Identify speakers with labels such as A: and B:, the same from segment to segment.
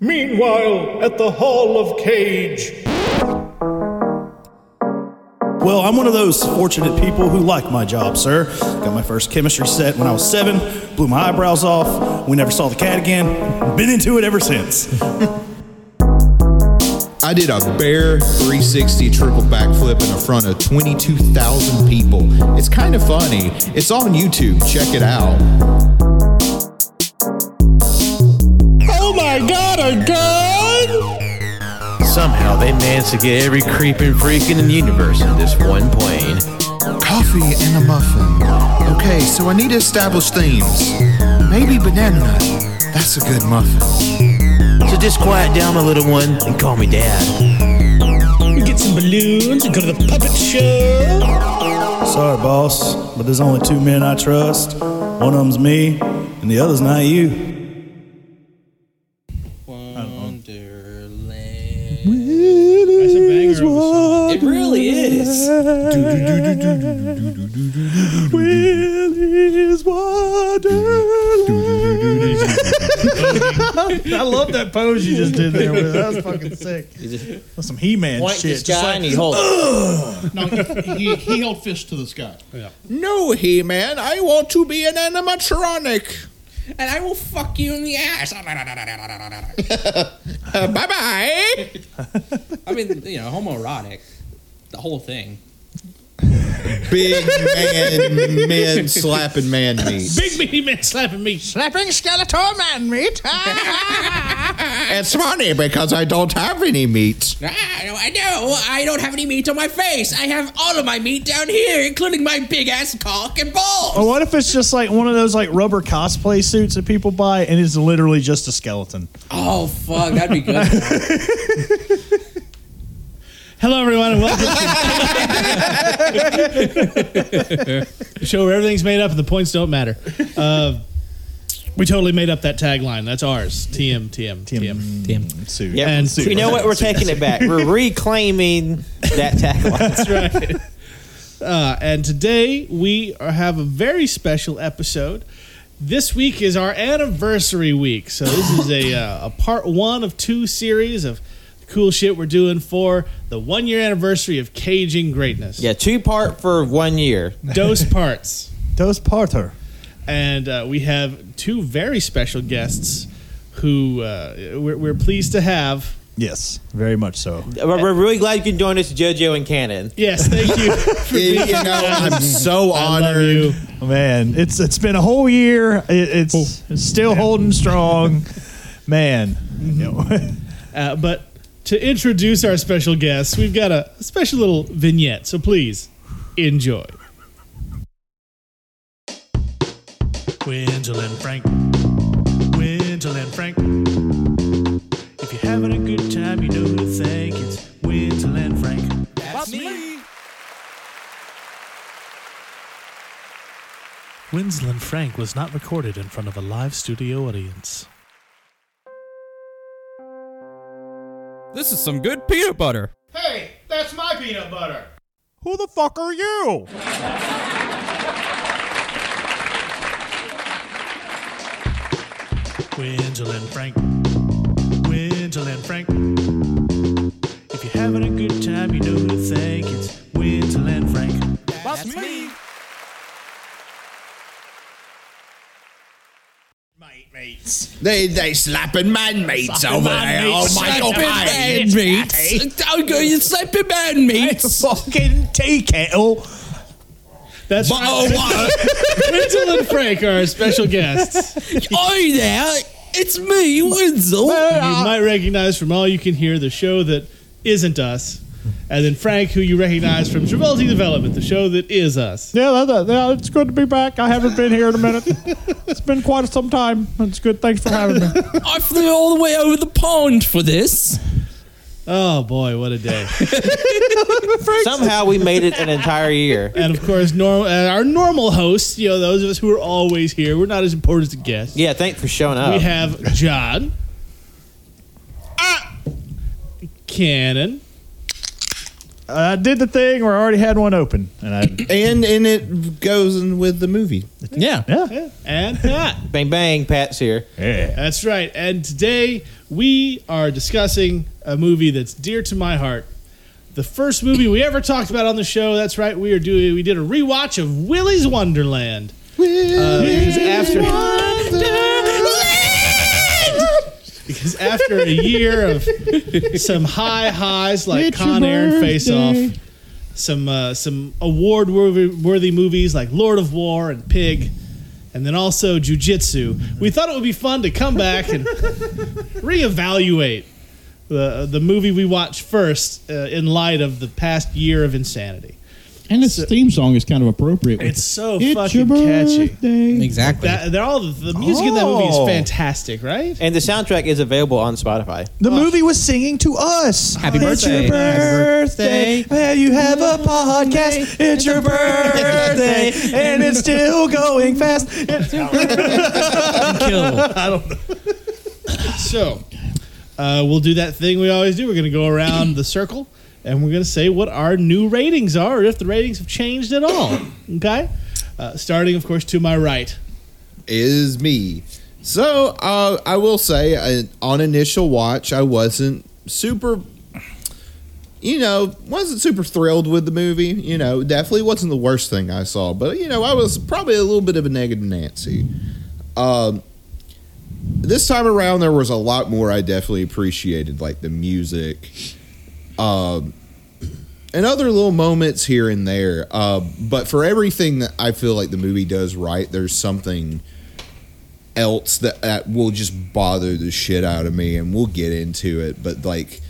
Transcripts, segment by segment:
A: Meanwhile, at the Hall of Cage.
B: Well, I'm one of those fortunate people who like my job, sir. Got my first chemistry set when I was seven, blew my eyebrows off, we never saw the cat again. Been into it ever since.
C: I did a bare 360 triple backflip in front of 22,000 people. It's kind of funny. It's on YouTube. Check it out.
D: Oh my god, a gun!
E: Somehow they managed to get every creeping freak in the universe in this one plane.
C: Coffee and a muffin. Okay, so I need to establish themes. Maybe banana nut. That's a good muffin.
E: So just quiet down, my little one, and call me dad.
D: Get some balloons and go to the puppet show.
B: Sorry, boss, but there's only two men I trust. One of them's me, and the other's not you.
F: Wonderland.
G: That's a banger of a song.
F: It really is.
G: I love that pose you just did there. With. That was fucking sick. That's some He-Man
F: Point the
G: shit. Just
F: sky
G: like,
F: and he holds. it.
H: No, he, he held fist to the sky.
C: No, He Man, I want to be an animatronic.
F: and I will fuck you in the ass.
C: Uh, bye bye.
F: I mean, you know, homoerotic. The whole thing.
C: Big man, men slapping man meat.
G: Big meaty man slapping me.
C: Slapping skeletal man meat. it's funny because I don't have any meat.
F: Ah, no, I know. I don't have any meat on my face. I have all of my meat down here, including my big ass cock and balls.
G: Or what if it's just like one of those like rubber cosplay suits that people buy and it's literally just a skeleton?
F: Oh fuck, that'd be good.
G: Hello, everyone, and welcome to the show where everything's made up and the points don't matter. Uh, we totally made up that tagline. That's ours. TM, TM, TM.
B: Damn. Suit.
I: Yeah.
G: And suit.
I: you know what? We're taking it back. We're reclaiming that tagline.
G: That's right. Uh, and today we are, have a very special episode. This week is our anniversary week, so this is a, uh, a part one of two series of cool shit we're doing for the one year anniversary of Caging Greatness.
I: Yeah, two part for one year.
G: Dose parts.
B: Those parter.
G: and uh, we have two very special guests who uh, we're, we're pleased to have.
B: Yes, very much so.
I: We're we're really glad you can join us, JoJo and Cannon.
G: Yes, thank you. For
C: You
G: being
C: know, I'm so
G: I love
C: honored.
G: you.
B: Oh, Man, it's it's been a whole year. It, it's
G: Oh.
B: it's still holding strong. Man, you know,
G: Mm-hmm. Uh, but to introduce our special guests, we've got a special little vignette. So please enjoy. Wendell and Frank. Wendell and Frank. If you're having a good time, you know who to thank. It's Wendell and Frank. Winslow and Frank was not recorded in front of a live studio audience.
J: This is some good peanut butter.
H: Hey, that's my peanut butter.
B: who the fuck are you?
G: Winslow and Frank. Winslow and Frank. If you're having a good time, you know who to thank. It's Winslow and Frank.
H: Mate, mates.
C: They they slapping man meats over there. Oh my god, man
F: meats. I'm going to slap a man meats.
B: Fucking tea kettle.
G: That's
C: But, oh, what?
G: Winslow and Frank are our special guests.
F: Oi there, Oh, it's me, Wenzel.
G: you
K: Oh.
G: might recognize from All You Can Hear, the show that isn't us. And then Frank, who you recognize from Travolti Development, the show that is us.
B: Yeah, that, that- yeah, it's good to be back. I haven't been here in a minute. it's been quite some time. It's good. Thanks for having me.
F: I flew all the way over the pond for this.
G: Oh boy, what a day.
I: Somehow we made it an entire year.
G: and of course, normal, uh, our normal hosts, you know, those of us who are always here, we're not as important as the guests.
I: Yeah, thanks for showing
G: We
I: up.
G: have John. Ah! Cannon.
L: I did the thing where I already had one open, and I
C: and and it goes in with the movie.
L: Yeah,
G: yeah. And Pat.
I: bang bang, Pat's here.
L: Yeah.
G: That's right. And today we are discussing a movie that's dear to my heart. The first movie we ever talked about on the show. That's right. We are doing. We did a rewatch of Willy's Wonderland. Uh, because after because after a year of some high highs like
H: It's your
G: Con Air and Face Off,
H: birthday.
G: some uh, some award worthy worthy movies like Lord of War and Pig, and then also Jujitsu. We thought it would be fun to come back and reevaluate the the movie we watched first uh, in light of the past year of insanity.
H: And this theme song is kind of appropriate. with-
G: It's so
H: It's
G: fucking
H: your
G: catchy.
H: birthday.
I: Exactly.
G: That, they're all the the music in that movie is
I: Oh.
G: fantastic, right?
I: And the soundtrack is available on Spotify.
L: The movie was singing to us.
I: Happy
L: It's
I: birthday.
L: your birthday. Well, you have a podcast. It's your birthday, and it's still going fast.
G: I don't know. So, uh, we'll do that thing we always do. We're going to go around the circle and we're going to say what our new ratings are, or if the ratings have changed at all. Okay? Uh, starting, of course, to my right.
C: is me. So uh, I will say, uh, on initial watch, I wasn't super, you know, wasn't super thrilled with the movie. You know, definitely wasn't the worst thing I saw, but you know, I was probably a little bit of a negative Nancy. Um, this time around, there was a lot more I definitely appreciated, like the music, um, and other little moments here and there. Uh, but for everything that I feel like the movie does right, there's something else that, that will just bother the shit out of me, and we'll get into it. But like,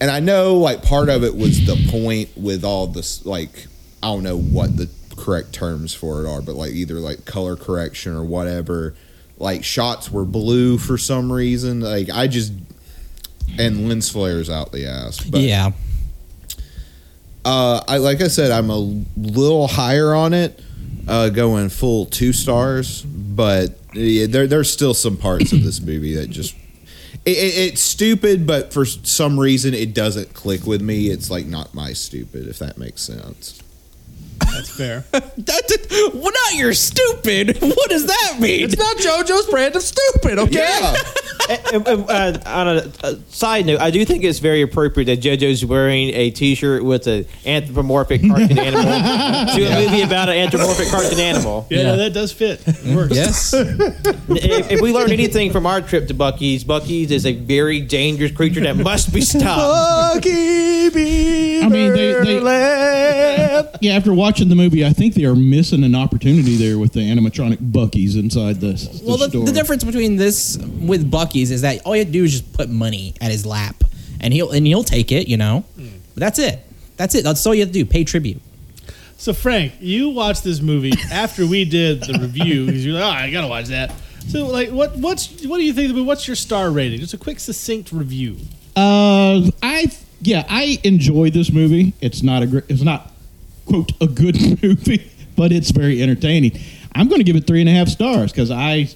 C: and I know like part of it was the point with all this like I don't know what the correct terms for it are, but like either like color correction or whatever. Like shots were blue for some reason. Like I just and lens flares out the ass. But
K: yeah.
C: uh, I like I said, I'm a little higher on it, uh, going full two stars. But yeah, there, there's still some parts of this movie that just it, it, it's stupid, but for some reason it doesn't click with me. It's like not my stupid, if that makes sense.
G: That's fair.
K: That did, well, not you're stupid. What does that mean? It's not JoJo's brand of stupid, okay?
I: And- and, uh, on a, a side note, I do think it's very appropriate that JoJo's wearing a T-shirt with an anthropomorphic cartoon animal to a movie about an anthropomorphic cartoon animal.
G: Yeah, no, that does fit. It works.
I: Yes. if, if we learn anything from our trip to Bucky's, Bucky's is a very dangerous creature that must be stopped.
L: Lucky
H: I mean, they, they yeah. After watching the movie, I think they are missing an opportunity there with the animatronic Bucky's inside this. the
K: Well, the,
H: store.
K: the difference between this with Bucky's is that all you have to do is just put money at his lap, and he'll and he'll take it. You know, but that's it. That's it. That's all you have to do. Pay tribute.
G: So, Frank, you watched this movie after we did the review because you're like, oh, I got to watch that. So, like, what what's what do you think? of it? What's your star rating? Just a quick, succinct review.
H: Uh, I yeah, I enjoyed this movie. It's not a gr- it's not quote a good movie, but it's very entertaining. I'm going to give it three and a half stars because I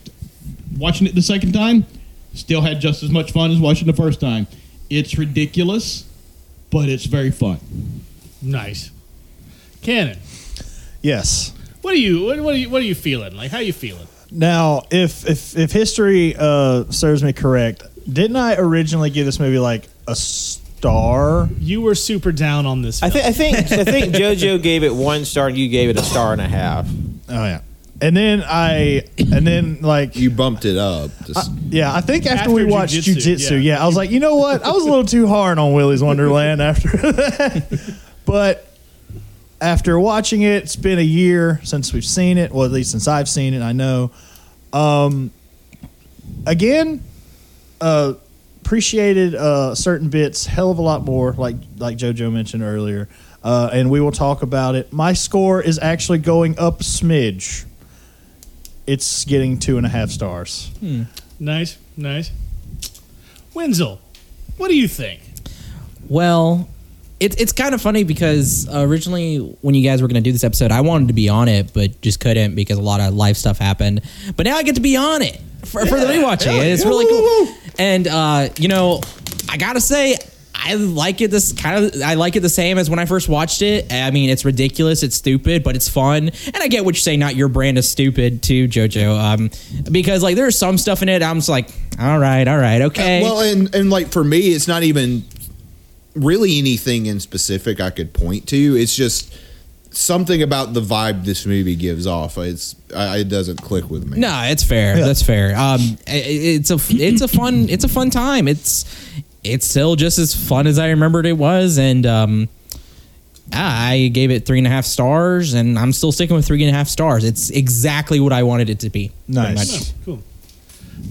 H: watching it the second time still had just as much fun as watching the first time. It's ridiculous, but it's very fun.
G: Nice. Cannon,
L: Yes.
G: what are you what, what are you what are you feeling? Like, how you feeling?
L: Now, if if if history uh, serves me correct, didn't I originally give this movie like a star?
G: You were super down on this.
I: I, th- I think I think JoJo gave it one star and you gave it a star and a half.
L: Oh yeah. And then I and then like
C: you bumped it up. Just,
L: yeah, I think after,
C: After
L: we watched
C: jujitsu,
L: Jiu Jitsu, yeah. I was like, you know what? I was a little too hard on Willy's Wonderland after that. But after watching it, it's been a year since we've seen it. Well, at least since I've seen it, I know. Um, again, uh, appreciated uh, certain bits hell of a lot more, like like JoJo mentioned earlier. Uh, and we will talk about it. My score is actually going up a smidge. It's getting two and a half stars.
G: Nice, nice. Wenzel, what do you think?
K: Well, it, it's kind of funny because uh, originally when you guys were going to do this episode, I wanted to be on it, but just couldn't because a lot of life stuff happened. But now I get to be on it for, for the rewatching. and it's really cool. And, uh, you know, I got to say, I like it this kind of I like it the same as when I first watched it. I mean, it's ridiculous, it's stupid, but it's fun. And I get what you're saying, not your brand is stupid too, Jojo. Um, because like there's some stuff in it I'm just like, all right, all right, okay.
C: Uh, Well, and and like for me, it's not even really anything in specific I could point to. It's just something about the vibe this movie gives off. It's I, it doesn't click with me.
K: No, it's fair. That's fair. Um, i- i- it's a it's a fun it's a fun time. It's it's still just as fun as I remembered it was, and um, ah, I gave it three and a half stars, and I'm still sticking with three and a half stars. It's exactly what I wanted it to be. pretty much.
G: cool.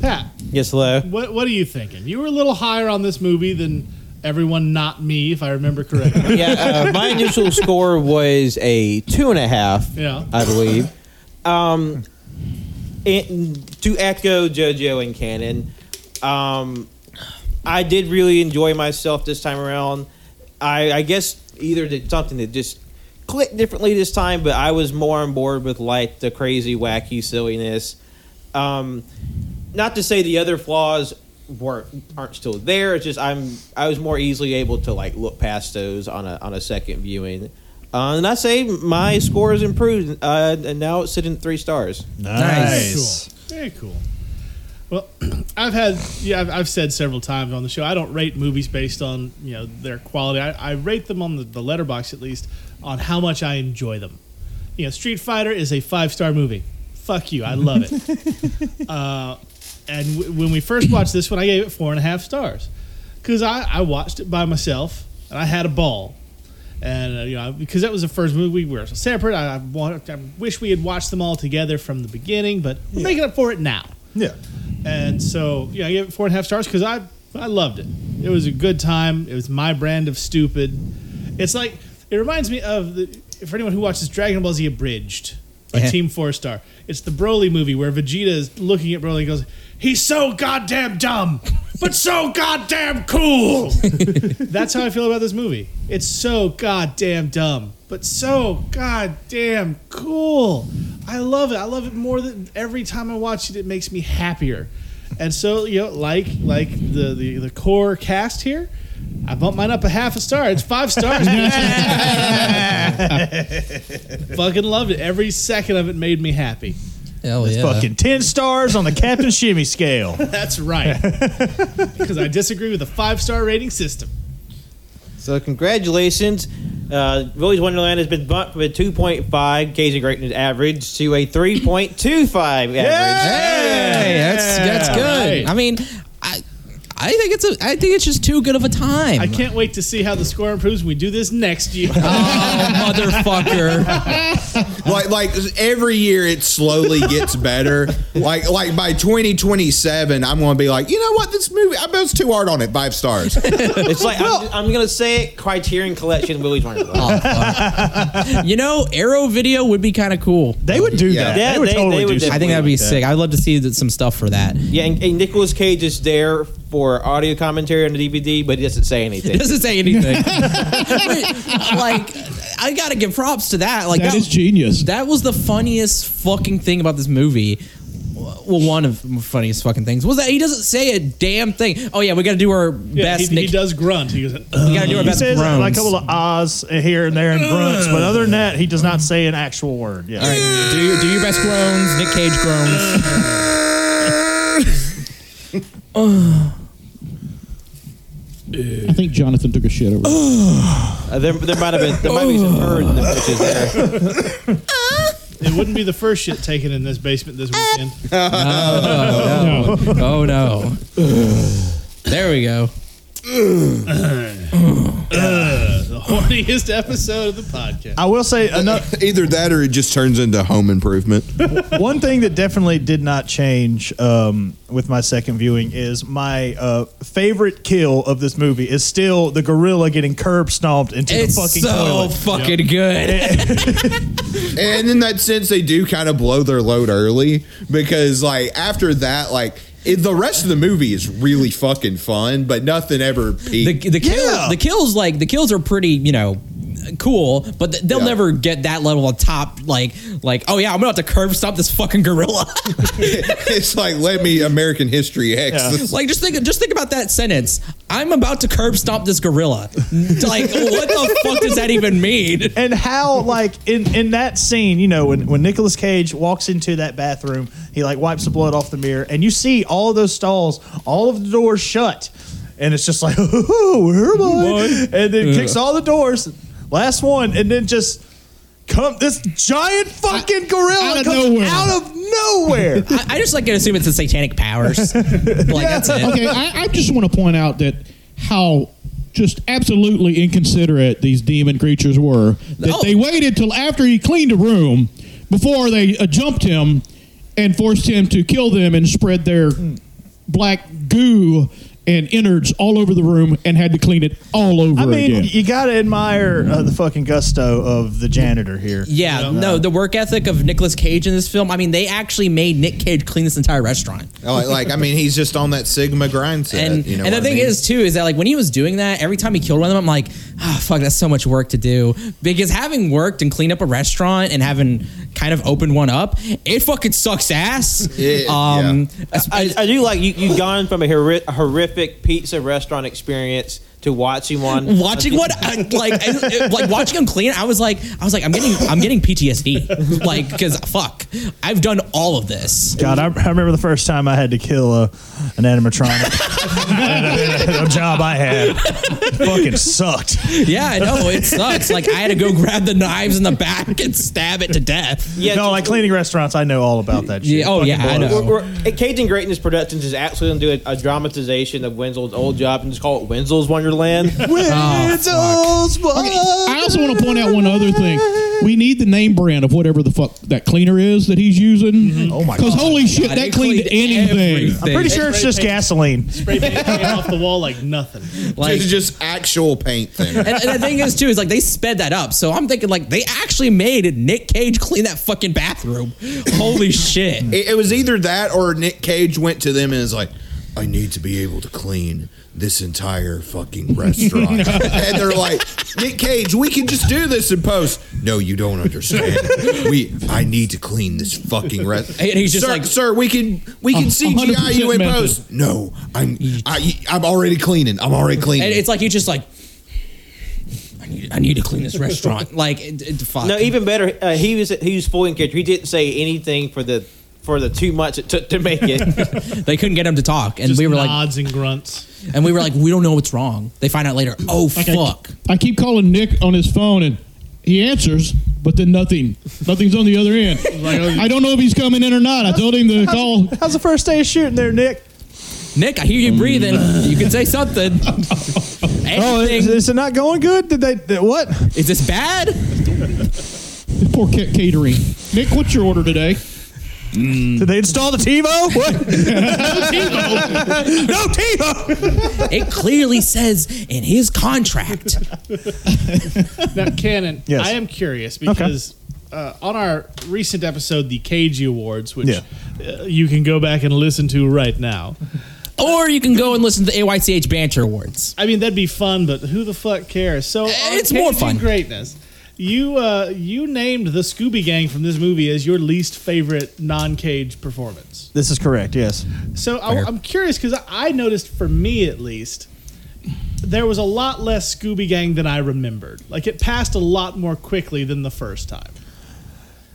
G: Pat,
I: Yes, hello.
G: what what are you thinking? You were a little higher on this movie than everyone, not me, if I remember correctly.
I: yeah, uh, my initial score was a two and a half.
G: Yeah.
I: I believe. Um, it, to echo JoJo and Canon, um, I did really enjoy myself this time around. I, I guess either did something that just clicked differently this time, but I was more on board with like the crazy, wacky silliness. Um, not to say the other flaws weren't aren't still there. It's just I'm I was more easily able to like look past those on a on a second viewing. Uh, and I say my score has improved, uh, and now it's sitting at three stars.
G: Very cool. Very cool. Well, I've had yeah, I've, I've said several times on the show. I don't rate movies based on you know their quality. I, I rate them on the, the letterbox at least on how much I enjoy them. You know, Street Fighter is a five star movie. Fuck you, I love it. uh, and w- when we first watched this one, I gave it four and a half stars because I, I watched it by myself and I had a ball. And uh, you know, because that was the first movie we were separate. I, I, want, I wish we had watched them all together from the beginning, but we're making up for it now.
L: Yeah.
G: And so, yeah, I gave it four and a half stars because I I loved it. It was a good time. It was my brand of stupid. It's like it reminds me of the for anyone who watches Dragon Ball Z Abridged by
M: Yeah.
G: Team Four Star. It's the Broly movie where Vegeta is looking at Broly and goes, "He's so goddamn dumb, but so goddamn cool." That's how I feel about this movie. It's so goddamn dumb, but so goddamn cool. I love it. I love it more than every time I watch it. It makes me happier. And so you know, like like the the, the core cast here, I bumped mine up a half a star. It's five stars. Fucking loved it. Every second of it made me happy.
K: Hell
L: It's fucking 10 stars on the Captain Shimmy scale.
G: That's right. Because I disagree with the five star rating system.
I: So congratulations. Uh, Willie's Wonderland has been bumped from a 2.5 Cajun Greatness average to a 3.25 average.
K: Hey, that's that's good. I mean, I I think it's a I think it's just too good of a time.
G: I can't wait to see how the score improves when we do this next year.
K: Oh,
C: motherfucker! like like every year, it slowly gets better. like like by twenty twenty seven, I'm going to be like, you know what, this movie, I was too hard on it. Five stars.
I: It's like I'm, I'm gonna say it. Criterion Collection, Willie's Wonderland.
K: you know, Arrow Video would be kind of cool. They
L: would
I: do Yeah. that. Yeah, They would they- totally they would do something
K: I think that'd
I: like
K: be
I: that.
K: sick. I'd love to see th- some stuff for that.
I: Yeah, and, and Nicolas Cage is there for audio commentary on the DVD, but he doesn't say anything.
K: It doesn't say anything. like, I gotta give props to that. Like,
H: That is
K: genius. That was the funniest fucking thing about this movie. Well, one of the funniest fucking things was that he doesn't say a damn thing. Oh yeah, we gotta do our
G: Yeah,
K: best.
G: he, he
K: Nick-
G: does grunt. He goes,
K: We gotta do our
L: He
K: best
L: says
K: groans.
L: like a couple of ahs here and there and grunts, but other than that, he does not say an actual word. Yeah.
K: All right, do your, do your best groans, Nick Cage groans.
H: I think Jonathan took a shit over.
K: Oh,
I: Uh, there, there might have been there might be some bird in the bushes there.
G: It wouldn't be the first shit taken in this basement this weekend.
K: no, no, no. Oh no. There we go.
G: Uh, the horniest episode of the podcast.
L: I will say enough.
C: Either that or it just turns into home improvement.
L: One thing that definitely did not change um, with my second viewing is my uh, favorite kill of this movie is still the gorilla getting curb stomped into
K: It's
L: the fucking
K: so
L: toilet.
K: fucking good.
C: and in that sense, they do kind of blow their load early because, like, after that, like, it, the rest of the movie is really fucking fun, but nothing ever peaked.
K: The, the kill, the kills like the kills are pretty you know cool, but th- they'll never get that level of top like like oh yeah, I'm gonna have to curb stop this fucking gorilla.
C: it's like let me American History X. This-
K: like just think just think about that sentence. I'm about to curb stomp this gorilla. like what the fuck does that even mean?
L: And how like in in that scene, you know, when when Nicolas Cage walks into that bathroom, he like wipes the blood off the mirror, and you see all those stalls, all of the doors shut, and it's just like, oh, where am I? And then kicks all the doors, last one, and then just. Come this giant fucking gorilla
K: out of
L: comes
K: nowhere.
L: out of nowhere.
K: I, I just like to assume it's the satanic powers. like that's it.
H: Okay, I, I just want to point out that how just absolutely inconsiderate these demon creatures were. That they waited till after he cleaned a room before they uh, jumped him and forced him to kill them and spread their black goo and innards all over the room and had to clean it all over
L: I mean,
H: again.
L: you gotta admire uh, the fucking gusto of the janitor here.
K: Yeah, no, the work ethic of Nicolas Cage in this film. I mean, they actually made Nick Cage clean this entire restaurant.
C: Oh, like- like I mean, he's just on that Sigma grind set.
K: And,
C: you know
K: and the
C: what I
K: thing
C: mean?
K: is too is that like when he was doing that, every time he killed one of them, I'm like, oh fuck, that's so much work to do. Because having worked and cleaned up a restaurant and having kind of opened one up, it fucking sucks ass. um,
I: I, I do like you. You've gone from a horri- horrific pizza restaurant experience to watching one.
K: Watching what I, like I- like watching him clean, I was like I was like I'm getting I'm getting PTSD like because fuck I've done all of this.
L: God, I, I remember the first time I had to kill a, an animatronic. at a job I had It fucking sucked.
K: Yeah, I know it sucks. Like I had to go grab the knives in the back and stab it to death.
I: Yeah,
L: no, like cleaning restaurants, I know all about that shit.
K: Yeah, oh, yeah, I know.
I: We're, we're, Cajun Greatness Productions is absolutely going to do a, a dramatization of Wenzel's old job and just call it Wenzel's Wonderland.
H: I also want to point out one other thing. We need the name brand of whatever the fuck that cleaner is that he's using. Oh my Because holy shit,
G: God,
H: that
G: it
H: cleaned,
G: cleaned
H: anything.
G: everything. I'm pretty sure it's just
L: gasoline.
G: Spray paint came off the wall like nothing.
K: Like-
C: it's just actual paint thing.
K: And, and the thing is too is like they sped that up, so I'm thinking like they actually made Nick Cage clean that fucking bathroom. Holy shit!
C: It, it was either that or Nick Cage went to them and was like, I need to be able to clean this entire fucking restaurant. and they're like, Nick Cage, we can just do this in post. No, you don't understand. We I need to clean this fucking restaurant.
K: And he's just
C: sir,
K: like-
C: sir, we can we can
K: A-
C: CGI you in
K: 100% method.
C: post. No, I'm I, I'm already cleaning. I'm already cleaning.
K: And it's like you just like I need I need to clean this restaurant. Like it, it, fuck.
I: No, even better. Uh, he was he was fully in character. He didn't say anything for the for the two months it took to make it.
K: they couldn't get him to talk, and
G: Just
K: we were like
G: nods and grunts.
K: and we were like we don't know what's wrong. They find out later. Oh
H: Like, I-
K: fuck.
H: I keep calling Nick on his phone and he answers, but then nothing. Nothing's on the other end. I don't know if he's coming in or not. I told him to call.
L: How's the first day of shooting there, Nick?
K: Nick, I hear you breathing. You can say something. Anything.
L: Oh, is, is it not going good? Did they, did- what?
K: Is this bad?
H: Poor ca- catering. Nick, what's your order today?
L: Did they install the TiVo? What? no TiVo.
K: it clearly says in his contract.
G: Now, Cannon,
L: Yes.
G: I am curious because uh, on our recent episode, the Cagey Awards, which uh, you can go back and listen to right now.
K: Or you can go and listen to the AYCH Banter Awards.
G: I mean, that'd be fun, but who the fuck cares? So
K: it's
G: on
K: more
G: Cagey
K: fun.
G: Greatness. You uh, you named the Scooby Gang from this movie as your least favorite non Cage performance.
L: This is correct. Yes.
G: So I, I'm curious because I noticed, for me at least, there was a lot less Scooby Gang than I remembered. Like it passed a lot more quickly than the first time.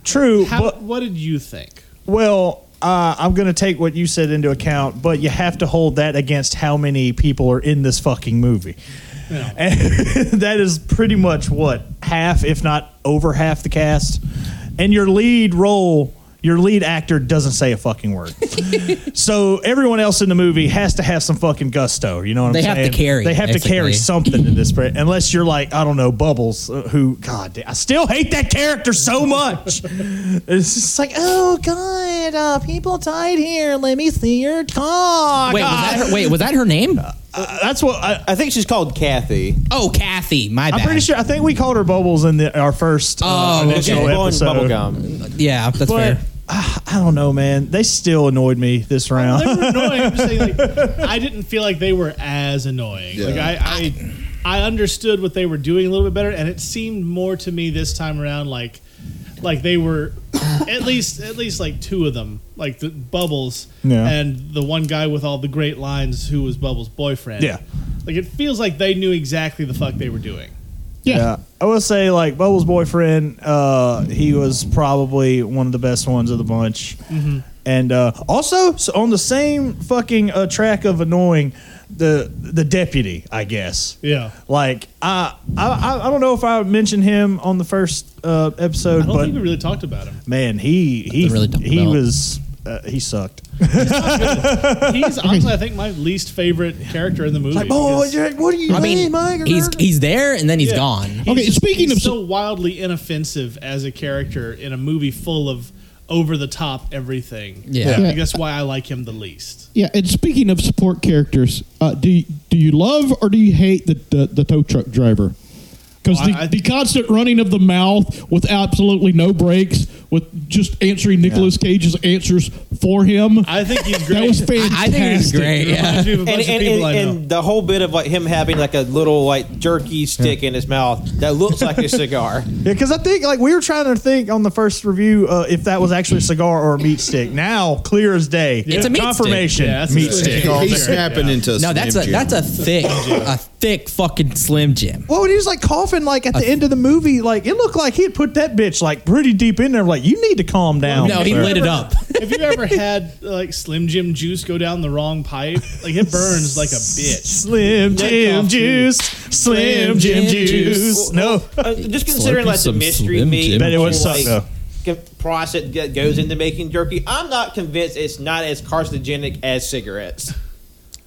L: True.
G: How,
L: but-
G: what did you think?
L: Well, uh, I'm going to take what you said into account, but you have to hold that against how many people are in this fucking movie. And that is pretty much what half, if not over half, the cast. And your lead role, your lead actor doesn't say a fucking word. so everyone else in the movie has to have some fucking gusto. You know what
K: They
L: I'm
K: have
L: saying?
K: to carry,
L: They have to carry
K: basically.
L: something in this, pre- unless you're like I don't know Bubbles, uh, who God, damn, I still hate that character so much. it's just like oh God, uh, people died here. Let me see your car.
K: Oh, wait, was that her, wait, was that her name?
L: Uh, that's what I,
I: I think she's called Kathy.
K: oh, Kathy. My
L: I'm
K: bad.
L: pretty sure. I think we called her Bubbles in the, our first uh,
K: Oh, okay.
L: initial
K: Blowing
L: episode.
I: Bubblegum.
K: yeah, that's
L: But
K: fair.
L: ah, I don't know, man. They still annoyed me this round.
G: They were annoying. I'm just saying, like, I didn't feel like they were as annoying. Like I, I, I understood what they were doing a little bit better, and it seemed more to me this time around like like they were at least at least like two of them, like the Bubbles
L: Yeah.
G: and the one guy with all the great lines who was Bubbles' boyfriend.
L: Yeah.
G: like it feels like they knew exactly the fuck they were doing.
L: Yeah. I will say, like, Bubble's boyfriend, uh, he was probably one of the best ones of the bunch.
G: Mhm.
L: And uh, also, so on the same fucking uh, track of annoying, the the deputy, I guess.
G: Yeah.
L: Like, I, I, I- I don't know if I mentioned him on the first uh, episode,
G: I don't
L: but
G: think we really talked about him.
L: man, he he
G: Nothing really talked
L: he
G: about.
L: was uh, he sucked.
G: He's honestly, I think, my least favorite character in the movie.
L: Like, oh, boy,
G: because-
L: Jack, what are you
K: I mean,
L: doing, Mike?
K: he's he's there and then he's
G: Yeah.
K: gone.
G: He's just- he's so wildly inoffensive as a character in a movie full of over the top everything.
H: Yeah.
G: I think
H: Yeah.
G: that's why I like him the least.
H: Yeah, and speaking of support characters, uh, do you, do you love or do you hate the the, the tow truck driver? Because
G: Oh,
H: the,
G: I- I-
H: the constant running of the mouth with absolutely no breaks, with just answering Nicolas Cage's answers for him.
G: I think he's
H: That was fantastic.
I: and, and- and- and the whole bit of like him having like a little like jerky stick in his mouth that looks like a cigar.
L: Yeah, because I think like we were trying to think on the first review uh, if that was actually a cigar or a meat stick. Now, clear as day,
K: It's a meat
L: confirmation.
K: Stick. Yeah, that's a
L: meat
K: meat
L: stick.
K: stick.
L: all
K: He's
L: day.
K: snapping
L: Yeah.
K: into a No, that's Slim a- Jim. that's a thick- a thick fucking Slim Jim.
L: Well, when he was like coughing, like at the end of the movie, like it looked like he had put that bitch like pretty deep in there. Like you need to calm down. sir."
G: Have you ever had like Slim Jim juice go down the wrong pipe? Like it burns like a bitch.
L: Slim
G: That
L: Jim
G: cough,
L: juice, Slim Jim juice. No,
I: Uh, just considering like the
L: some
I: mystery
L: Slim
I: meat,
L: Jim But it would
I: like,
L: suck, though.
I: c- process that goes into making jerky. I'm not convinced it's not as carcinogenic as cigarettes.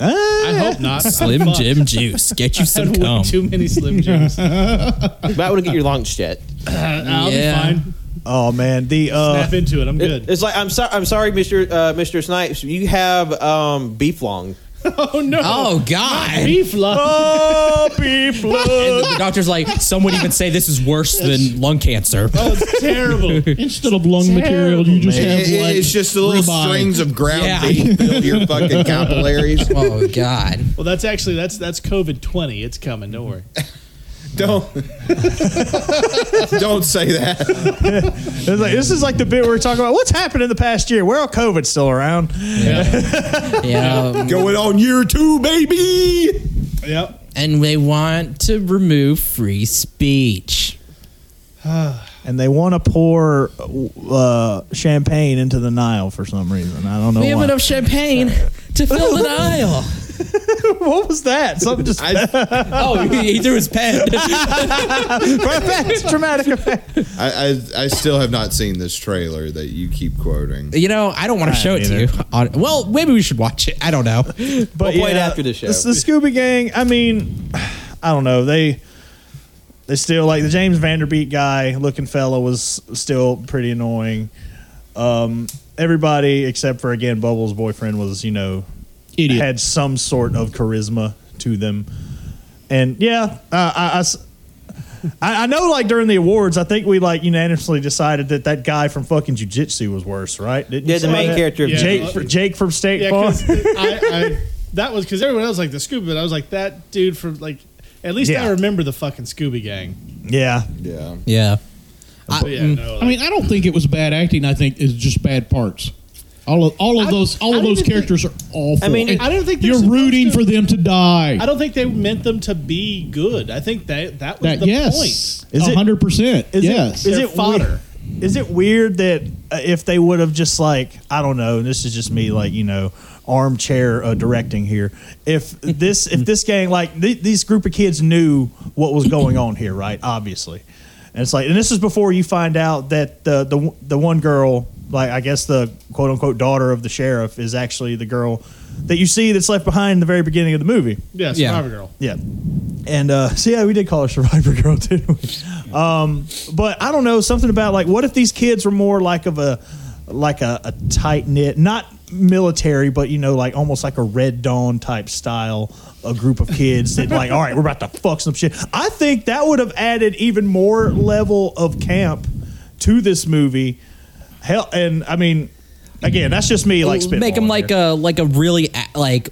L: I
G: hope not.
K: Slim
G: I'm fucked.
K: Jim juice. Get you some
G: Had way
K: cum.
G: too many Slim Jims.
I: Might want to get your lunch yet.
G: I'll be fine.
L: Oh man, the uh,
G: Snap into it. I'm good.
I: It's like I'm sorry. I'm sorry, Mister uh, Mister Snipes. You have um, beef long.
G: Oh no!
K: Oh God!
G: Beef lung.
L: Oh, beef
K: And the doctor's like, some would even say this is worse than lung cancer.
G: Oh, it's terrible.
H: Instead of lung material, you just have like
C: it's just the little
H: ribeye.
C: strings of ground
G: Yeah.
C: beef fill your fucking capillaries.
K: Oh God!
G: Well, that's actually that's that's COVID twenty. It's coming. Don't worry.
C: Don't don't say that.
L: it's like, this is like the bit we we're talking about. What's happened in the past year? Where all COVID's still around? Yeah,
C: going on year two, baby.
G: Yep.
K: And they want to remove free speech.
L: and they want to pour uh, champagne into the Nile for some reason. I don't know
K: we have
L: why.
K: enough champagne to fill an aisle.
L: what was that? Something just.
K: oh, he threw his pen.
L: effect, dramatic effect.
C: I, I I still have not seen this trailer that you keep quoting.
K: You know, I don't want to show it to you. On- Well, maybe we should watch it. I don't know. But
L: yeah, this- The, Scooby Gang. I mean, I don't know. They they still like the James Vanderbeek guy looking fella was still pretty annoying. Um, everybody except for again Bubbles' boyfriend was you know
H: Idiot.
L: had some sort of charisma to them, and yeah, uh, I. I s- I- I know, like during the awards, I think we like unanimously decided that that guy from fucking jujitsu was worse, right? Didn't you
I: Yeah, the
L: say
I: main
L: that?
I: character of
L: Jake,
I: Jiu-Jitsu.
L: Jake from State
G: Yeah,
L: Farm.
G: 'cause I, I that was because everyone else like the Scooby, but I was like that dude from like at least I
L: Yeah.
G: remember the fucking Scooby Gang.
L: Yeah.
C: Yeah.
K: Yeah.
G: But yeah,
L: Mm.
G: no,
H: I mean, I don't think it was bad acting. I think it's just bad parts. All of all of those all of those characters are awful.
G: I mean,
H: And
G: I don't think they're
H: you're
G: supposed
H: rooting for them to die.
G: I don't think they meant them to be good. I think that that was
H: That
G: the
H: yes,
G: point.
H: is hundred percent.
L: Is
H: Yes,
L: it, is
G: They're
L: it
G: fodder.
L: Weird, is it weird that uh, if they would have just like I don't know, and this is just me like you know armchair uh, directing here. If this if this gang like th- these group of kids knew what was going on here, right? Obviously, and it's like and this is before you find out that the the w- the one girl like I guess the quote unquote daughter of the sheriff is actually the girl that you see that's left behind in the very beginning of the movie.
G: Yeah, Survivor Girl.
L: Yeah. And uh, so yeah, we did call her Survivor Girl, didn't we? Um, but I don't know something about like what if these kids were more like of a like a, a tight knit, not military, but you know, like almost like a Red Dawn type style, a group of kids that like, all right, we're about to fuck some shit. I think that would have added even more level of camp to this movie. Hell, and I mean, again, that's just me like
K: make
L: spitballing
K: him like
L: here.
K: a like a really a- like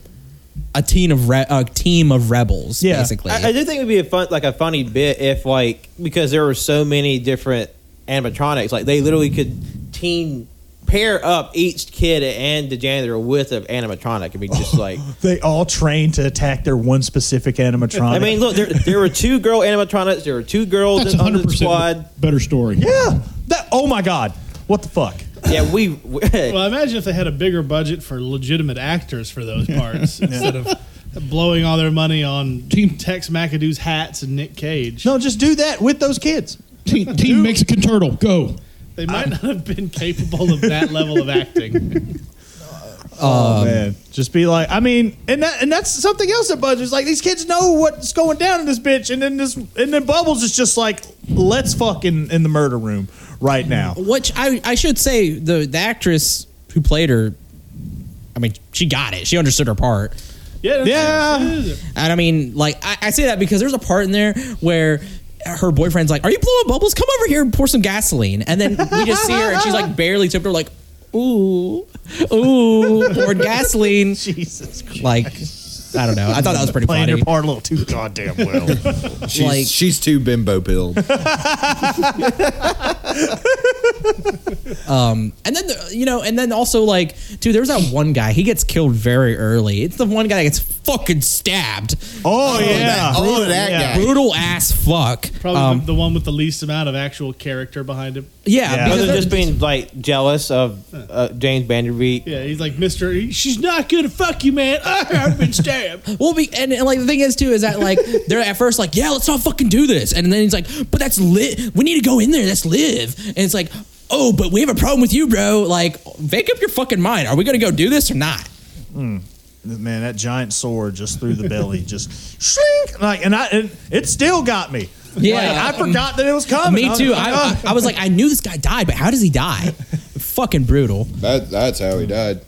K: a team of re- a team of rebels, basically.
I: I, I do think it would be a fun, like a funny bit if like because there were so many different animatronics, like they literally could team pair up each kid and the janitor with an animatronic. I mean, just like
L: They all train to attack their one specific animatronic.
I: I mean, look, there, there were two girl animatronics. There were two girls
L: That's
I: in on the
L: 100%
I: squad.
H: Better story.
L: Yeah. That. Oh my God. What the fuck?
I: Yeah, we. we
G: well, imagine if they had a bigger budget for legitimate actors for those parts instead of blowing all their money on Team Tex McAdoo's hats and Nick Cage.
L: No, just do that with those kids.
H: Team, team Mexican Turtle, go.
G: They might not have been capable of that level of acting.
L: Oh man, just be like, I mean, and that, and that's something else that Buzz is like. These kids know what's going down in this bitch, and then this, and then Bubbles is just like, let's fuck in, in the murder room right now.
K: Which I, I should say the the actress who played her, I mean, she got it. She understood her part.
G: Yeah,
L: yeah.
K: And I mean, like I, I say that because there's a part in there where her boyfriend's like, "Are you blowing bubbles? Come over here and pour some gasoline." And then we just see her, and she's like barely tipped over, like, "Ooh, ooh," poured gasoline.
L: Jesus, Christ.
K: like I don't know. I thought that was pretty
L: Playing
K: funny.
L: your part a little too goddamn well.
C: She's,
K: Like-
C: she's too bimbo pilled.
K: Um, and then the, you know, and then also like, dude, there's that one guy. He gets killed very early. It's the one guy that gets fucking stabbed.
L: Oh,
G: yeah.
C: Oh, that
G: Yeah. guy.
K: brutal ass fuck.
G: Probably
K: Um,
G: the, the one with the least amount of actual character behind him.
K: Yeah, Yeah.
I: Other
K: because
I: than just being like jealous of uh, James Vanderbeek.
G: Yeah, he's like Mister. She's not gonna fuck you, man. I've been stabbed.
K: Well, be, and, and like the thing is too is that like they're at first like yeah let's not fucking do this and then he's like but that's lit we need to go in there that's live and it's like oh but we have a problem with you bro like make up your fucking mind are we gonna go do this or not
L: Mm. Man, that giant sword just through the belly, just shrink. Like, and I, and it still got me.
K: Yeah.
L: Like, I forgot that it was coming.
K: me too
L: I,
K: I, I, I was like I knew this guy died but how does he die fucking brutal
C: that, that's how he died.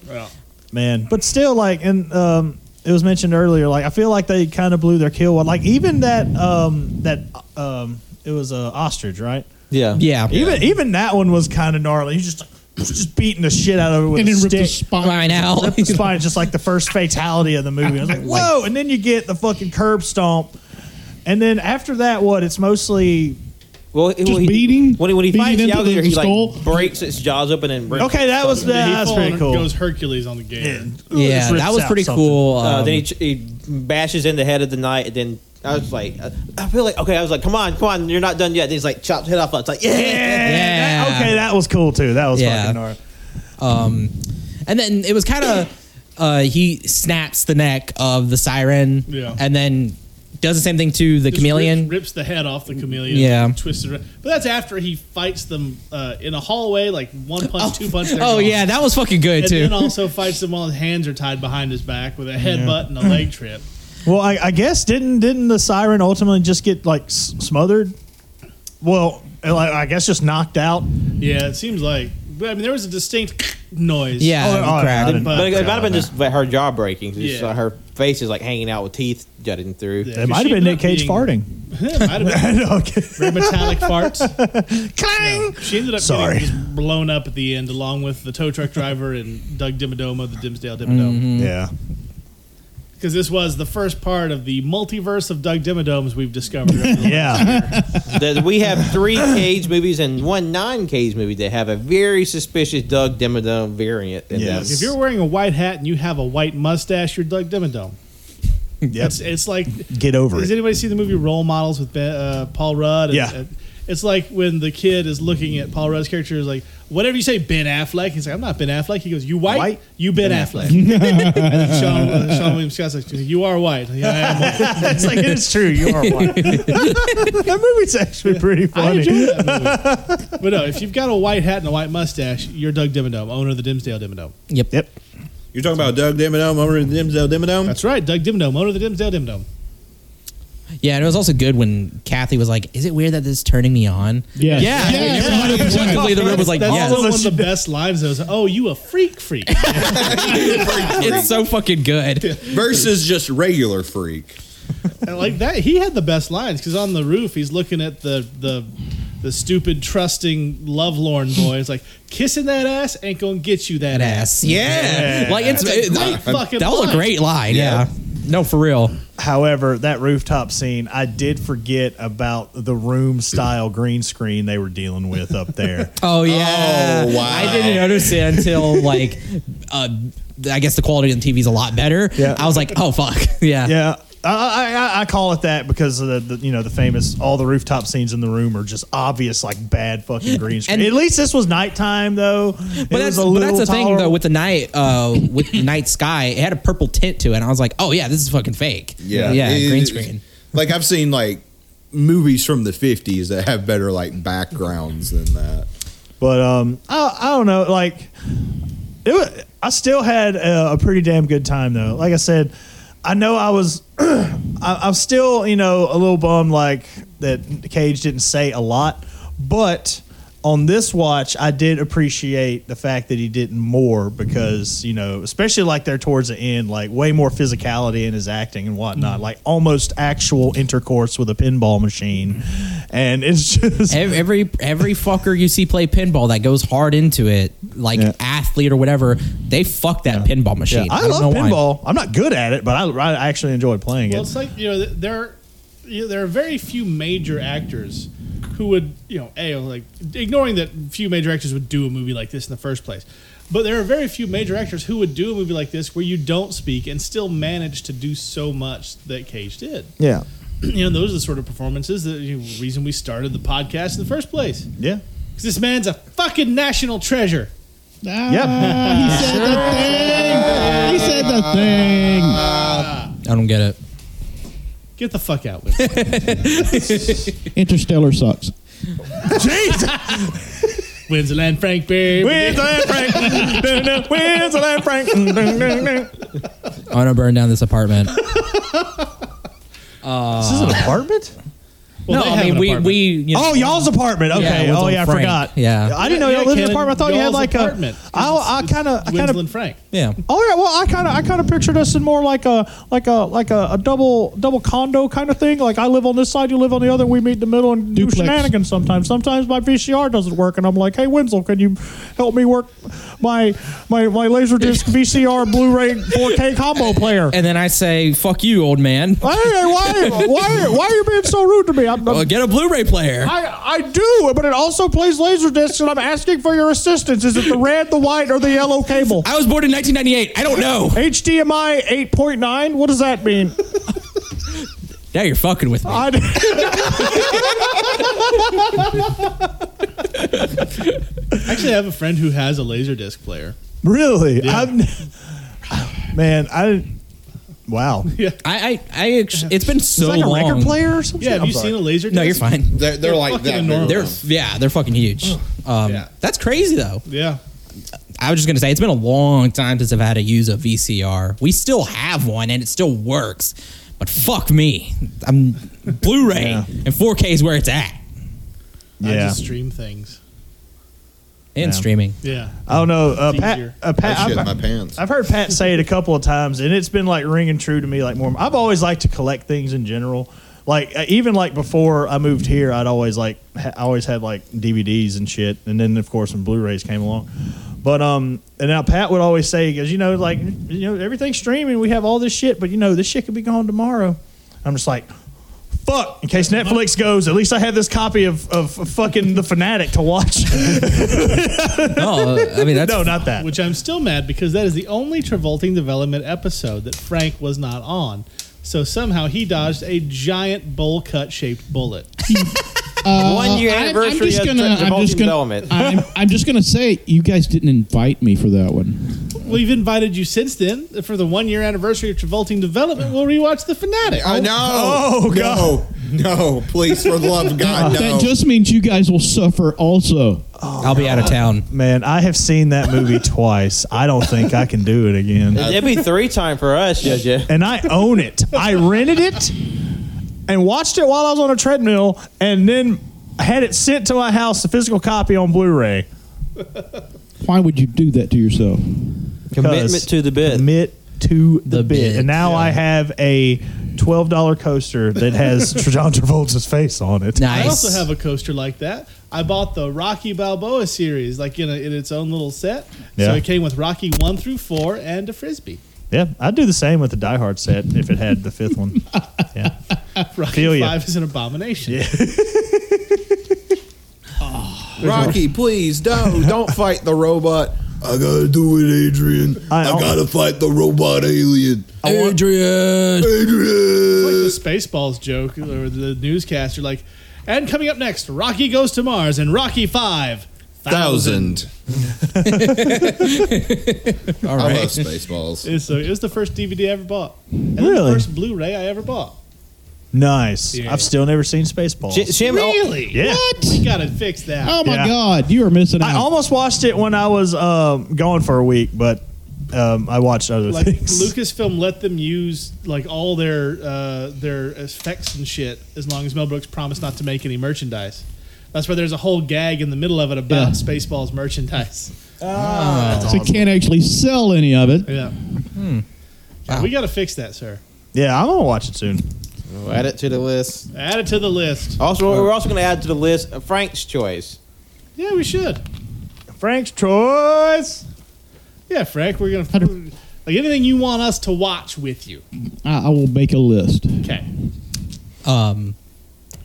L: man. But still, like, and um, it was mentioned earlier. Like, I feel like they kind of blew their kill. Like, even that, um, that, um, it was a ostrich, right?
I: Yeah.
K: Yeah.
L: Even even that one was kind of gnarly. He's just like, just beating the shit out of it with
H: And
L: a
H: then ripped
L: stick.
H: the spine
K: out.
L: Ripped the spine, just like the first fatality of the movie. I was like, whoa! and then you get the fucking curb stomp. And then after that, what? It's mostly
I: Well, he- well, he-
H: beating?
I: when he, when he
H: Beating
I: finds
H: into
I: Gallagher,
H: the
I: he
H: skull?
I: like breaks its jaws open and rips
L: Okay, that was-
I: its jaws open.
L: that- that's
G: He
L: pretty
G: falls-
L: cool.
G: Goes Hercules on the game.
K: yeah that was pretty cool
I: Uh,
K: um,
I: then he, ch- he bashes in the head of the knight, and then I was like, I, I feel like okay. I was like, come on, come on, you're not done yet. Then he's like, chops head off. I was like, yeah.
L: Yeah. That- okay, that was cool too. That was
K: Yeah.
L: fucking gnarly.
K: Um, and then it was kind of uh, he snaps the neck of the siren,
G: Yeah.
K: and then does the same thing to the
G: Just
K: chameleon.
G: rips, rips the head off the chameleon.
K: Yeah.
G: and twists it. Around. But that's after he fights them uh, in a hallway, like one punch, two punch. they're
K: oh
G: gone.
K: yeah, that was fucking good
G: and
K: too.
G: then also fights them while his hands are tied behind his back with a headbutt and a leg trip.
L: Well, I, I guess didn't didn't the siren ultimately just get like s- smothered? Well, like, I guess just knocked out.
G: Yeah, it seems like. But I mean, there was a distinct noise.
K: Yeah, Oh, oh, crack. I didn't-
I: But it, it might have been just like, her jaw breaking.
G: Yeah.
I: Just, uh, her face is like hanging out with teeth jutting through.
G: Yeah,
L: It might have been Nick Cage farting.
G: Yeah, might have been
L: okay.
G: very metallic farts.
L: Clang!
G: She ended up
L: Sorry.
G: getting just blown up at the end, along with the tow truck driver and Doug Dimmadome of the Dimsdale Dimmadome.
L: Yeah.
G: Because this was the first part of the multiverse of Doug Dimmadomes we've discovered. over the last
L: Yeah.
G: year.
I: That we have three Cage movies and one non-Cage movie that have a very suspicious Doug Dimmadome variant. In
L: Yes.
G: If you're wearing a white hat and you have a white mustache, you're Doug Dimmadome.
L: Yep.
G: It's, it's like
L: Get over
G: Does
L: it.
G: anybody see the movie Role Models with ben, uh, Paul Rudd? And-
L: Yeah.
G: and it's like when the kid is looking at Paul Rudd's character is like, whatever you say, Ben Affleck. He's like, I'm not Ben Affleck. He goes, you white,
L: White?
G: you Ben, Affleck. And Sean, uh, Sean William Scott's like, you are white. Yeah, I am white.
L: it's like it's true. You are white. that movie's actually pretty funny.
G: But no, if you've got a white hat and a white mustache, you're Doug Dimmadome, owner of the Dimsdale Dimmadome.
K: yep.
L: Yep.
C: You're talking about Doug Dimmadome over in Dimsdale Dimmadome?
G: That's right, Doug Dimmadome, owner of the Dimsdale Dimmadome.
K: Yeah, and it was also good when Kathy was like, "Is it weird that this is turning me on?"
H: Yes.
K: Yeah.
H: Yes.
K: Everybody collectively in the room was like,
G: That's
K: "Yes."
G: also one of the best lines. That was, oh, you a freak freak.
K: It's so fucking good.
C: Versus just regular freak.
G: And like that, he had the best lines because on the roof, he's looking at the the the stupid trusting lovelorn boy. It's like kissing that ass ain't gonna get you that,
K: That
G: ass.
K: ass. Yeah. Like it's
G: That's a
K: it-
G: great
K: that
G: fucking
K: was a
G: line.
K: great line. Yeah. No, for real.
H: However, that rooftop scene, I did forget about the room style green screen they were dealing with up there.
K: Oh yeah.
H: Oh, wow.
K: I didn't notice it until like uh, I guess the quality on TV is a lot better. Yeah. I was like, oh fuck. Yeah.
H: Yeah. I, I- I, I call it that because of the, the you know the famous all the rooftop scenes in the room are just obvious like bad fucking green screen.
K: And-
H: At least this was nighttime though.
K: But that's, but that's the thing though with the night uh with the night sky, it had a purple tint to it. And I was like, oh yeah, this is fucking fake.
C: Yeah,
K: Yeah.
C: It-
K: green
C: it-
K: screen.
C: Like I've seen like movies from the '50s that have better like backgrounds than that.
H: But um, I, I don't know. Like, it wa I still had a, a pretty damn good time though. Like I said, I know I was. I, I'm still, you know, a little bummed like that. Cage didn't say a lot, but on this watch, I did appreciate the fact that he didn't more because you know, especially like there towards the end, like way more physicality in his acting and whatnot, like almost actual intercourse with a pinball machine, and it's just
K: Ev- every every fucker you see play pinball that goes hard into it, like athlete or whatever, they fuck that pinball machine.
H: Yeah, I,
K: don't
H: love
K: know why.
H: pinball. I'm not good at it, but I, I actually enjoy playing
G: Well,
H: it.
G: it's like you know, th- there are, you know, there are very few major actors who would you know, a like ignoring that few major actors would do a movie like this in the first place. But there are very few major actors who would do a movie like this where you don't speak and still manage to do so much that Cage did.
H: Yeah.
G: You know, those are the sort of performances that you know, reason we started the podcast in the first place.
H: Yeah.
G: Because this man's a fucking national treasure.
H: Yeah.
N: He said the thing. Ah, He said the thing.
K: I don't get it.
G: Get the fuck out with it.
N: Interstellar sucks.
G: Winslow and Frank Bear.
H: Winslow and Frank. Dun-dun. Winslow and Frank. Dun-dun-dun-dun.
K: I want to burn down this apartment. Uh,
H: This is an apartment.
K: Well, No, they I have mean, an we- apartment. we, you know-
H: oh y'all's apartment.
K: Yeah,
H: Okay.
K: with
H: oh
K: old
H: yeah,
K: Frank.
H: I forgot.
K: Yeah.
H: I didn't know
G: Yeah,
H: y'all
G: yeah,
H: lived in an
G: Kenan,
H: apartment. I thought you had
G: y'all's
H: like
G: apartment.
H: a. I I kind of I kind
G: Winslow
H: of
G: and Frank.
K: Yeah.
H: Oh yeah, well I kind of I kind of pictured us in more like a like a Uh, like a, a double double condo kind of thing. Like I live on this side, you live on the other. We meet in the middle and do shenanigans sometimes. Sometimes my VCR doesn't work, and I'm like, hey Winslow, can you help me work my my my laserdisc VCR Blu-ray 4K combo player?
K: and then I say, "Fuck you, old man."
H: Hey, why why why are you being so rude to me? I'm,
K: Well, Uh, get a Blu-ray player.
H: I, I do, but it also plays Laserdisc, and I'm asking for your assistance. Is it the red, the white, or the yellow cable?
K: I was born in 1998. I don't know.
H: HDMI 8.9? What does that mean?
K: now you're fucking with me.
H: I,
G: Actually, I have a friend who has a Laserdisc player.
H: really?
G: Yeah.
H: I'm, man, I. Wow.
G: Yeah.
K: I, I, I actually, it's been so
H: like a
K: long.
H: record player or something?
G: Yeah, have
H: I'm
G: you
H: sorry.
G: seen a laser?
K: No, you're
G: disc?
K: fine.
C: They're,
G: They're like fucking that big, enormous.
K: They're yeah, they're fucking huge.
H: Oh.
K: Um, That's crazy though.
G: Yeah.
K: I was just gonna say it's been a long time since I've had to use a VCR. We still have one and it still works, but fuck me, I'm Blu-ray and 4K is where it's at.
G: I
H: Yeah.
G: just stream things.
K: And
H: Yeah.
K: streaming.
G: Yeah.
H: I don't know. Uh,
G: It's
H: Pat,
G: easier.
H: uh, Pat,
C: I shit
H: I've-
C: my pants.
H: I've heard Pat say it a couple of times, and it's been like ringing true to me. Like more, I've always liked to collect things in general. Like uh, even like before I moved here, I'd always like ha- I always had like DVDs and shit, and then of course when Blu-rays came along. But um, and now Pat would always say, "Because you know, like you know, everything's streaming. We have all this shit, but you know, this shit could be gone tomorrow." I'm just like, "Fuck!" In case Netflix goes, at least I have this copy of of fucking The Fanatic to watch.
K: No, uh, I mean that's
H: no, not that.
G: Which I'm still mad because that is the only Travolting Development episode that Frank was not on. So somehow he dodged a giant bowl cut shaped bullet.
I: One year
N: Uh, I'm- I'm
I: anniversary
N: just
I: of
N: gonna-
I: Tra-
N: I'm
I: Travolta's
N: just gonna-
I: development.
N: I'm, I'm just gonna say you guys didn't invite me for that one.
G: We've invited you since then for the one year anniversary of Travolting Development. We'll rewatch The Fanatic.
C: I know.
H: Oh, God.
C: Uh, No, no, please, for the love of God, no.
N: That just means you guys will suffer also.
K: I'll be out of town.
H: Man, I have seen that movie twice. I don't think I can do it again.
I: It'd be three time for us, JJ.
H: And I own it. I rented it and watched it while I was on a treadmill and then had it sent to my house, the physical copy on Blu ray.
N: Why would you do that to yourself?
I: Commitment to the bit.
H: Commit to the,
K: The
H: bit.
K: bit,
H: And now I have a $12 coaster that has John Travolta's face on it.
K: Nice.
G: I also have a coaster like that. I bought the Rocky Balboa series, like in, a, in its own little set.
H: Yeah.
G: So it came with Rocky one through four and a frisbee.
L: Yeah, I'd do the same with the Die Hard set if it had the fifth one. Yeah,
G: Rocky
L: Feel ya.
G: Five is an abomination.
C: Rocky, please don't don't fight the robot. I gotta do it, Adrian. I, gotta fight the robot alien.
K: Adrian.
G: It's like the Spaceballs joke or the newscaster, like, and coming up next, Rocky goes to Mars and Rocky Five
C: Thousand.
G: All
C: I love Spaceballs.
G: It's the, it was the first DVD I ever bought. And really? The first Blu-ray I ever bought.
L: nice.
G: Yeah.
L: I've still never seen Spaceballs.
G: Sh- Shim-
I: oh.
G: Really?
L: Yeah.
G: What? We gotta fix that.
L: Yeah.
H: Oh, God, you are missing
L: I almost watched it when I was um, gone for a week, but um, I watched other
G: Like
L: things.
G: Lucasfilm let them use like all their uh, their effects and shit as long as Mel Brooks promised not to make any merchandise. That's why there's a whole gag in the middle of it about Spaceballs merchandise.
H: so you can't actually sell any of it.
G: Yeah. We gotta fix that, sir.
L: Yeah, I'm gonna watch it soon.
I: add it to the list.
G: Add it to the list.
I: Also, we're also going to add to the list uh, Frank's choice.
G: Yeah, we should.
L: Frank's choice.
G: Yeah, Frank, we're gonna like anything you want us to watch with you.
H: I, I will make a list.
G: Okay.
K: Um,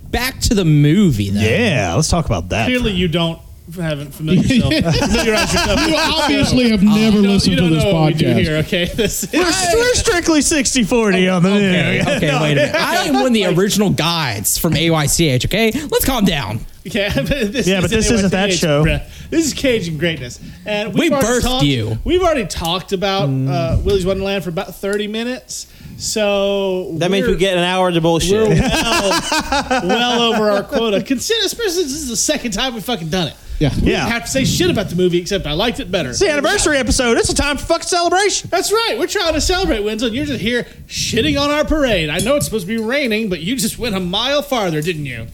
K: back to the movie. Though.
L: Yeah, let's talk about that.
G: Clearly, you don't haven't familiar yourself, familiarized yourself.
H: You
G: with the
H: obviously
G: show.
H: have never
G: You don't-
H: listened
G: you
H: to
G: don't
H: this
G: know what we do
H: podcast.
G: here, okay, this is,
L: We're, we're strictly 60 40 on the
K: Okay, okay, wait a minute. I am one of the original guides from AYCH. Okay, let's calm down.
G: okay, but this
L: Yeah, but this isn't that
G: NYCH,
L: show.
G: bruh. This is Cajun greatness, and
K: We
G: we've already
K: birthed
G: talked-
K: you.
G: We've already talked about uh,
L: Mm.
G: Willie's Wonderland for about thirty minutes, so
I: That means we
G: we're-
I: get an hour to bullshit.
G: We're well, well over our quota. Consider, especially since this is the second time we've fucking done it.
H: Yeah.
G: We
L: Yeah.
G: didn't have to say shit about the movie except I liked it better.
L: It's the anniversary episode. It's a time for fucking celebration.
G: That's right. We're trying to celebrate, Winslow, and you're just here shitting on our parade. I know it's supposed to be raining, but you just went a mile farther, didn't you?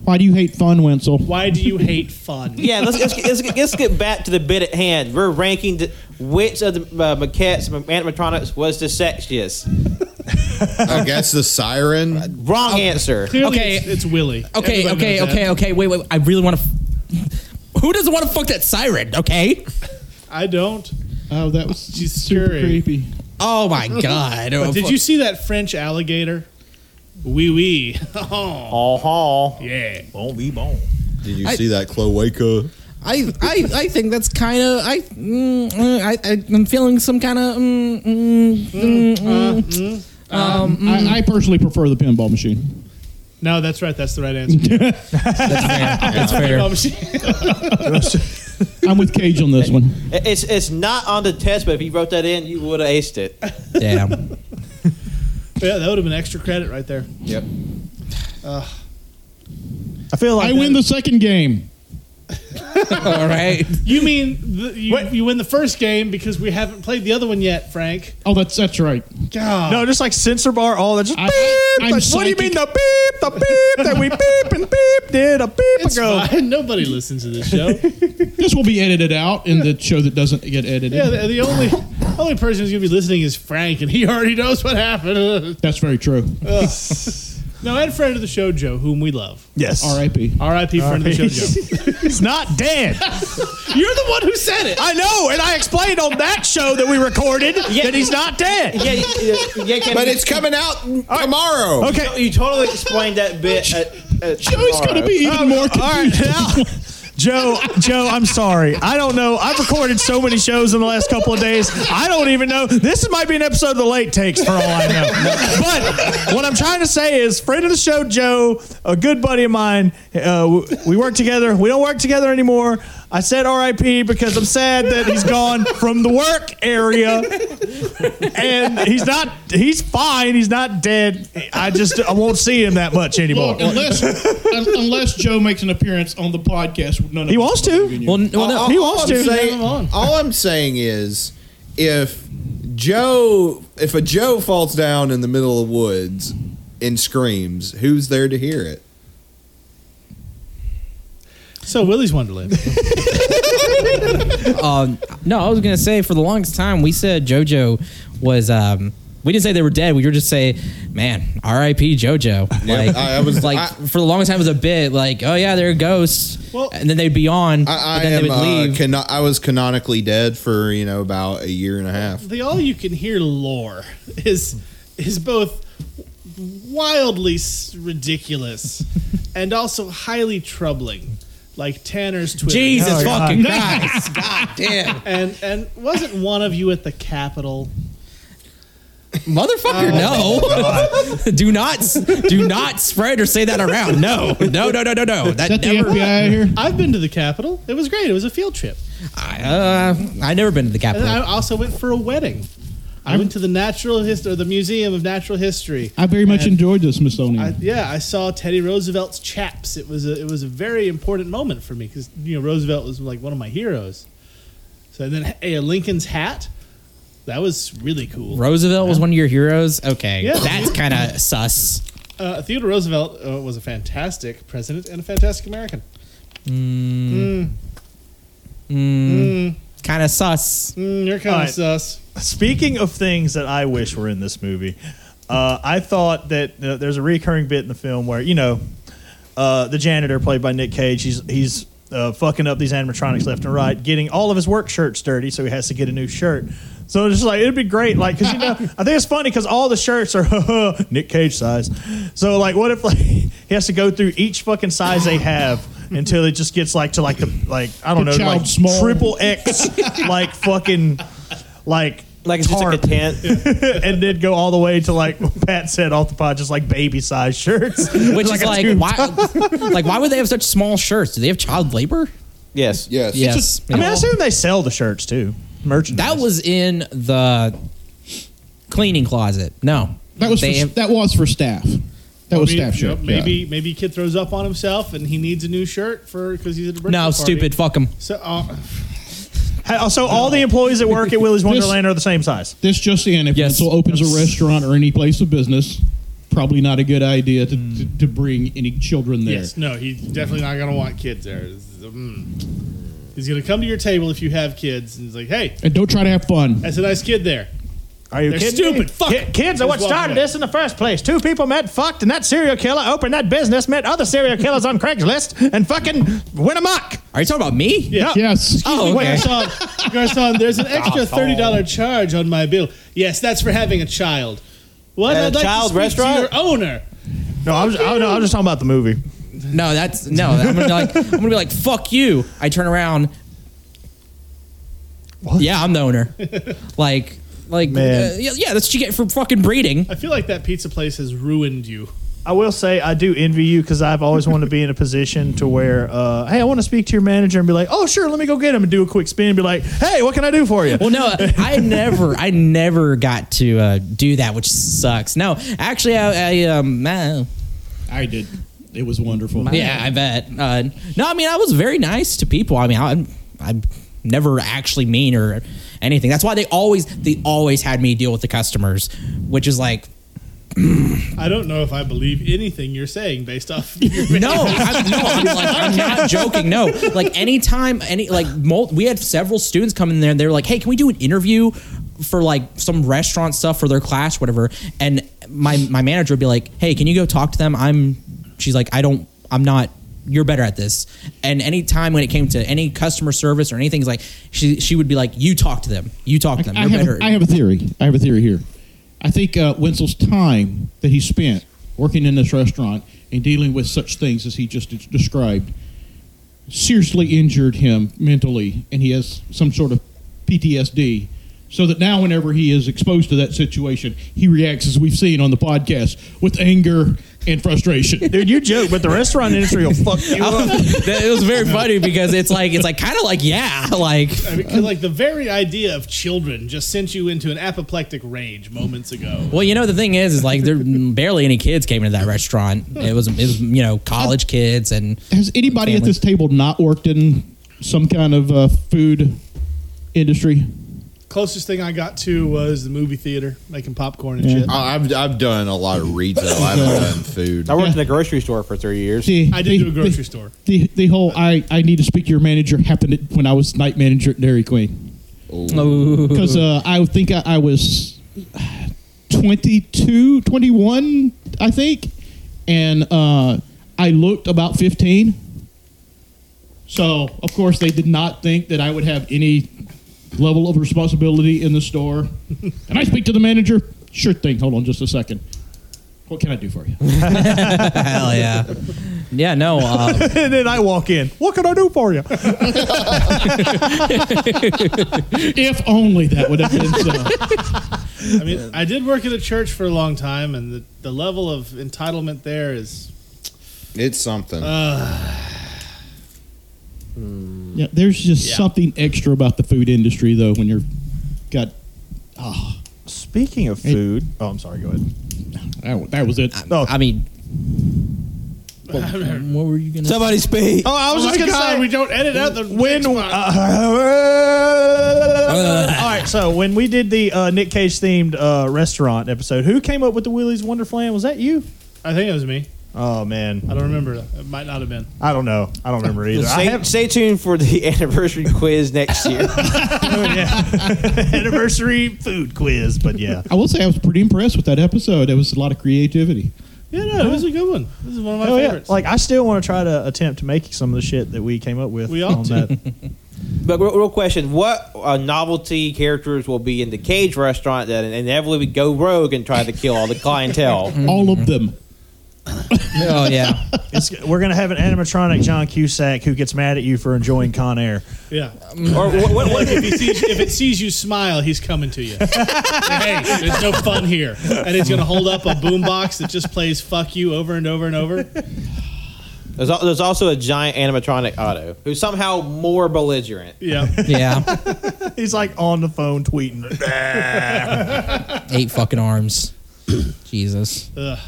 H: Why do you hate fun, Wenzel?
G: Why do you hate fun?
I: yeah, let's, let's, let's, let's get back to the bit at hand. We're ranking the, which of the uh, maquettes, animatronics was the sexiest.
C: I guess the siren.
I: Wrong answer.
G: Clearly,
K: Okay.
G: it's, it's Willy.
K: Okay,
G: Everybody
K: okay,
G: knows that.
K: okay, okay. Wait, wait. I really want to. Who doesn't want to fuck that siren? Okay.
G: I don't.
H: Oh, that was
G: She's
H: super
G: scary.
H: creepy.
K: Oh my god. Oh,
G: But did you see that French alligator? Wee wee. Oh,
I: Oh,
G: yeah.
L: Won't be bone.
C: Did you
K: I-
C: see that cloaca?
K: I, I, I think that's kind of I, mm, mm, I I I'm feeling some kind of mm, mm, mm, mm.
H: I, I personally prefer the pinball machine.
G: No, that's right. That's the right answer. Um,
K: that's fair.
H: I'm with Cage on this one.
I: It's it's not on the test, but if you wrote that in, you would have aced it.
K: Damn.
G: yeah, that would have been extra credit right there.
I: Yep.
L: I feel like
H: I win the second game.
K: All right.
G: You mean the, you, you win the first game because we haven't played the other one yet, Frank?
H: Oh, that's that's right.
G: God.
L: No, just like censor bar, all that. Just
H: I-
L: beep.
H: I'm
L: like, what do you
H: psychic.
L: mean the beep? The beep that we beep and beep did a beep
G: It's
L: ago.
G: fine. Nobody listens to this show.
H: This will be edited out in the show that doesn't get edited.
G: yeah, the, the only only person who's gonna be listening is Frank, and he already knows what happened.
H: that's very true.
G: no, and friend of the show, Joe, whom we love.
L: Yes.
H: R.I.P.
G: R.I.P. Friend of the show, Joe.
L: He's not dead.
G: You're the one who said it.
L: I know, and I explained on that show that we recorded that he's not dead.
I: Yeah, you, you, you can-
C: But it's coming out tomorrow.
L: Okay.
I: you totally explained that bit. At, at
H: Joey's going to
I: tomorrow.
H: be even
C: Um,
H: more
L: All right,
H: confused.
L: now, Joe, Joe, I'm sorry. I don't know. I've recorded so many shows in the last couple of days. I don't even know. This might be an episode of the late takes for all I know. But what I'm trying to say is, friend of the show, Joe, a good buddy of mine. Uh, w- we work together. We don't work together anymore. I said R.I.P. because I'm sad that he's gone from the work area, and he's not. He's fine. He's not dead. I just I won't see him that much anymore.
H: Look, unless un- unless Joe makes an appearance on the podcast, none of
L: He
H: us
L: wants
H: will
L: to.
H: believe in you.
K: Well, n- well no.
C: all,
L: He
C: all
L: wants
C: I'm
L: to.
C: saying- all I'm saying is, if Joe, if a Joe falls down in the middle of woods and screams, who's there to hear it?
G: So Willie's Wonderland.
K: Um, no, I was gonna say for the longest time we said JoJo was um we didn't say they were dead. We were just say, man, R.I.P. JoJo.
C: Yeah,
K: Like,
C: I- I was-
K: like
C: I-
K: for the longest time it was a bit like, oh yeah, they're ghosts,
G: well,
K: and then they'd be on,
C: I
K: but then
C: am.
K: they would leave.
C: Uh, cano- I was canonically dead for you know about a year and a half.
G: the all you can hear lore is is both wildly s- ridiculous and also highly troubling. Like Tanner's Twitter.
F: Jesus Oh, God. fucking Christ.
G: God damn. And and wasn't one of you at the Capitol?
K: Motherfucker, no. do not do not spread or say that around. No. No, no, no, no, no. That, never
G: I've been to the Capitol. It was great. It was a field trip.
K: I, uh, I never been to the
G: And
K: Capitol.
G: I also went for a wedding. I went to the Natural History, the Museum of Natural History.
H: I very much
G: And
H: enjoyed the Smithsonian.
G: I, yeah, I saw Teddy Roosevelt's chaps. It was a, it was a very important moment for me because you know Roosevelt was like one of my heroes. So and then hey, Lincoln's hat, that was really cool.
K: Roosevelt was one of your heroes. Okay,
G: Yeah.
K: that's kind of sus.
G: Uh, Theodore Roosevelt uh, was a fantastic president and a fantastic American.
K: Mm.
G: Mm.
K: Mm. Kind of sus.
G: you're
K: kinda
G: sus.
L: Speaking of things that I wish were in this movie, uh, I thought that uh, there's a recurring bit in the film where you know uh, the janitor played by Nick Cage. He's he's uh, fucking up these animatronics left and right, getting all of his work shirts dirty, so he has to get a new shirt. So it's just like it'd be great, like because you know I think it's funny because all the shirts are Nick Cage size. So like, what if like he has to go through each fucking size they have until it just gets like to like the like I don't
H: The
L: know
H: child
L: like
H: small.
L: triple X like fucking like like it's just like a tent, and then go all the way to like what Pat said off the pod, just like baby size shirts,
K: Which is
L: a
K: like,
L: tube
K: why?
L: top.
K: like, why would they have such small shirts? Do they have child labor?
L: Yes.
K: Yes. Yes.
L: It's just- I mean, I assume they sell the shirts too. Merchandise.
K: That was in the cleaning closet. No,
H: That was for,
K: They have-
H: that was for staff. That was
G: Maybe-
H: staff
G: yep,
H: shirt. yeah.
G: Maybe maybe kid throws up on himself and he needs a new shirt for because he's at a birthday
K: no,
G: party.
K: stupid. Fuck them.
G: So uh,
L: So all the employees that work at Willy's
H: This-
L: Wonderland are the same size.
H: This just in: if Pencil opens a restaurant or any place of business, probably not a good idea to,
L: Mm.
H: to, to bring any children there.
G: Yes, no, he's definitely not gonna want kids there. It's- mm. He's gonna come to your table if you have kids, and he's like, "Hey,
H: And don't try to have fun.
G: that's a nice kid there."
L: Are you
G: They're
L: kidding
G: stupid.
L: me?
G: Fuck
L: Ki-
G: it.
L: kids are
G: Just
L: what
G: walk
L: started
G: away.
L: this in the first place. Two people met, fucked, and that serial killer opened that business, met other serial killers on Craigslist, and fucking went amok.
K: Are you talking about me?
G: Yeah.
H: Yes.
K: Oh, okay.
G: Wait, Garcon, Garcon, there's an extra
K: Garcon.
G: thirty dollar charge on my bill. Yes, that's for having a child. What?
L: At a
G: I'd like
L: child
G: to speak
L: restaurant?
G: To your owner.
L: No, I was, I, no, I was just talking about the movie.
K: No, that's no. I'm gonna be like, I'm gonna be like, fuck you. I turn around. Yeah, I'm the owner. Like, like,
L: Man.
K: uh, yeah, yeah, that's what you get for fucking breeding.
G: I feel like that pizza place has ruined you.
L: I will say I do envy you because I've always wanted to be in a position to where, uh, hey, I want to speak to your manager and be like, oh, sure, let me go get him and do a quick spin and be like, hey, what can I do for you?
K: Well, no, I never, I never got to uh, do that, which sucks. No, actually, I, I um, uh,
H: I did. It was wonderful.
K: Yeah, I bet. Uh, no, I mean, I was very nice to people. I mean, I, I'm never actually mean or anything. That's why they always, they always had me deal with the customers, which is like.
G: I don't know if I believe anything you're saying based off.
K: no, I'm, no, I'm like I'm not joking. No, like anytime, any like mul- we had several students come in there. and They were like, "Hey, can we do an interview for like some restaurant stuff for their class, whatever?" And my my manager would be like, "Hey, can you go talk to them?" I'm, she's like, "I don't, I'm not." You're better at this. And anytime when it came to any customer service or anything, it's like she she would be like, "You talk to them. You talk to them.
H: I
K: You're
H: have,
K: better."
H: a, I have a theory. I have a theory here. I think uh, Wenzel's time that he spent working in this restaurant and dealing with such things as he just des- described seriously injured him mentally, and he has some sort of PTSD. So that now, whenever he is exposed to that situation, he reacts as we've seen on the podcast with anger and frustration.
L: Dude, you joke, but the restaurant industry will fuck you up.
K: That- it was very funny because it's like it's like kind of like yeah, like
G: I mean, 'cause, like the very idea of children just sent you into an apoplectic rage moments ago.
K: Well, you know the thing is, is like there barely any kids came into that restaurant. It was, it was you know college kids and
H: Has anybody at
K: Family.
H: this table not worked in some kind of uh, food industry?
G: Closest thing I got to was the movie theater, making popcorn and
H: Yeah.
G: shit.
C: I- I've I've done a lot of retail. I've done food.
I: I worked in a grocery store for three years.
H: The-
I: I
H: the-
I: did do a
H: the,
I: grocery store.
H: The, the whole I, I need to speak to your manager happened at- when I was night manager at Dairy Queen.
K: Ooh.
H: Because uh, I think I, I was 22, 21, I think, and uh, I looked about 15. So, of course, they did not think that I would have any level of responsibility in the store. and I speak to the manager. Sure thing. Hold on just a second. What can I do for you?
K: Hell yeah. Yeah, no. Uh,
G: and then I walk in. What can I do for you?
H: if only that would have been so.
L: I mean, I did work at a church for a long time, and the, the level of entitlement there is.
C: It's something.
L: Uh,
H: Yeah, there's just something extra about the food industry, though, when you're got. ah.
G: Speaking of food, oh, I'm sorry. Go ahead.
H: That, that was it.
G: No,
K: I mean,
H: what were you gonna?
K: Somebody speak.
G: Oh, I was
L: Oh
G: just
L: my
G: gonna
L: God,
G: say
L: we don't edit out the
G: when.
L: next one.
G: Uh, all right, so when we did the uh, Nick Cage themed uh, restaurant episode, who came up with the Willie's Wonderland? Was that you?
L: I think it was me.
G: Oh man,
L: I don't remember. It might not have been.
G: I don't know. I don't remember either. I
I: Stay,
G: have
I: stay tuned for the anniversary quiz next year.
G: Oh, anniversary food quiz, but yeah,
H: I will say I was pretty impressed with that episode. It was a lot of creativity.
L: Yeah, no, it was a good one. This is one of my
G: Hell Oh, yeah.
L: favorites.
G: Like I still want to try to attempt to make some of the shit that we came up with.
L: We ought
G: on
L: to.
G: that.
I: But real, real question: What uh, novelty characters will be in the Cage restaurant that inevitably would go rogue and try to kill all the clientele?
L: Mm-hmm.
H: All of them.
K: oh, yeah.
G: It's, we're gonna have an animatronic John Cusack who gets mad at you for enjoying Con Air.
L: yeah.
I: or what, what, what,
L: if, he sees, if it sees you smile, he's coming to you. hey, there's no fun here. And he's going to hold up a boombox that just plays fuck you over and over and over.
I: there's, al- there's also a giant animatronic Otto who's somehow more belligerent.
L: Yeah.
K: Yeah.
G: He's like on the phone tweeting.
K: Eight fucking arms. Jesus.
L: Ugh.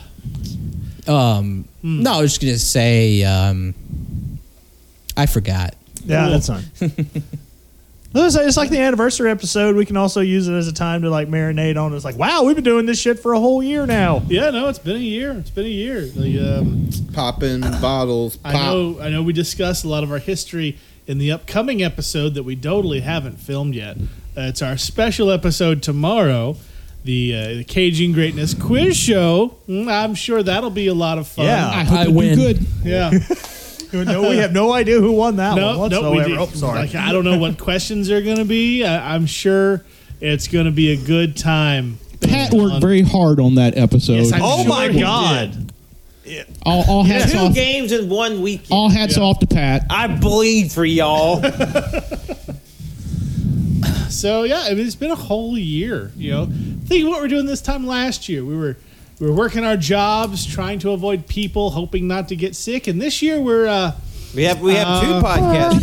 K: Um,
G: Hmm.
K: No, I was just going to say, um, I forgot.
G: Yeah, that's fine. Let's say It's like the anniversary episode. We can also use it as a time to like marinate on. it. It's like, wow, we've been doing this shit for a whole year now.
L: Yeah, no, it's been a year. It's been a year. Like, um,
C: Popping bottles. Pop.
L: I know. I know. We discussed a lot of our history in the upcoming episode that we totally haven't filmed yet. Uh, it's our special episode tomorrow, the, uh, the Cajun Greatness Quiz Show. Mm, I'm sure that'll be a lot of fun.
G: Yeah.
H: I hope
K: I
H: I
K: win.
H: win. good.
L: yeah.
G: no, we have no idea who won that
L: No,
G: one
L: no,
G: whatsoever.
L: we did.
G: Oh, sorry.
L: Like, I don't know what questions are going to be. I, I'm sure it's going to be a good time.
H: Pat worked very hard on that episode.
L: Yes, I-
G: oh
L: Sure
G: my
L: we
G: god!
H: all, all hats
I: Two
H: off.
I: games in one weekend.
H: All hats off to Pat.
I: I bleed for y'all.
L: So yeah, I mean, it's been a whole year. You know, think of what we're doing this time last year. We were we were working our jobs, trying to avoid people, hoping not to get sick. And this year we're uh,
I: We have we have
G: Uh,
I: two podcasts.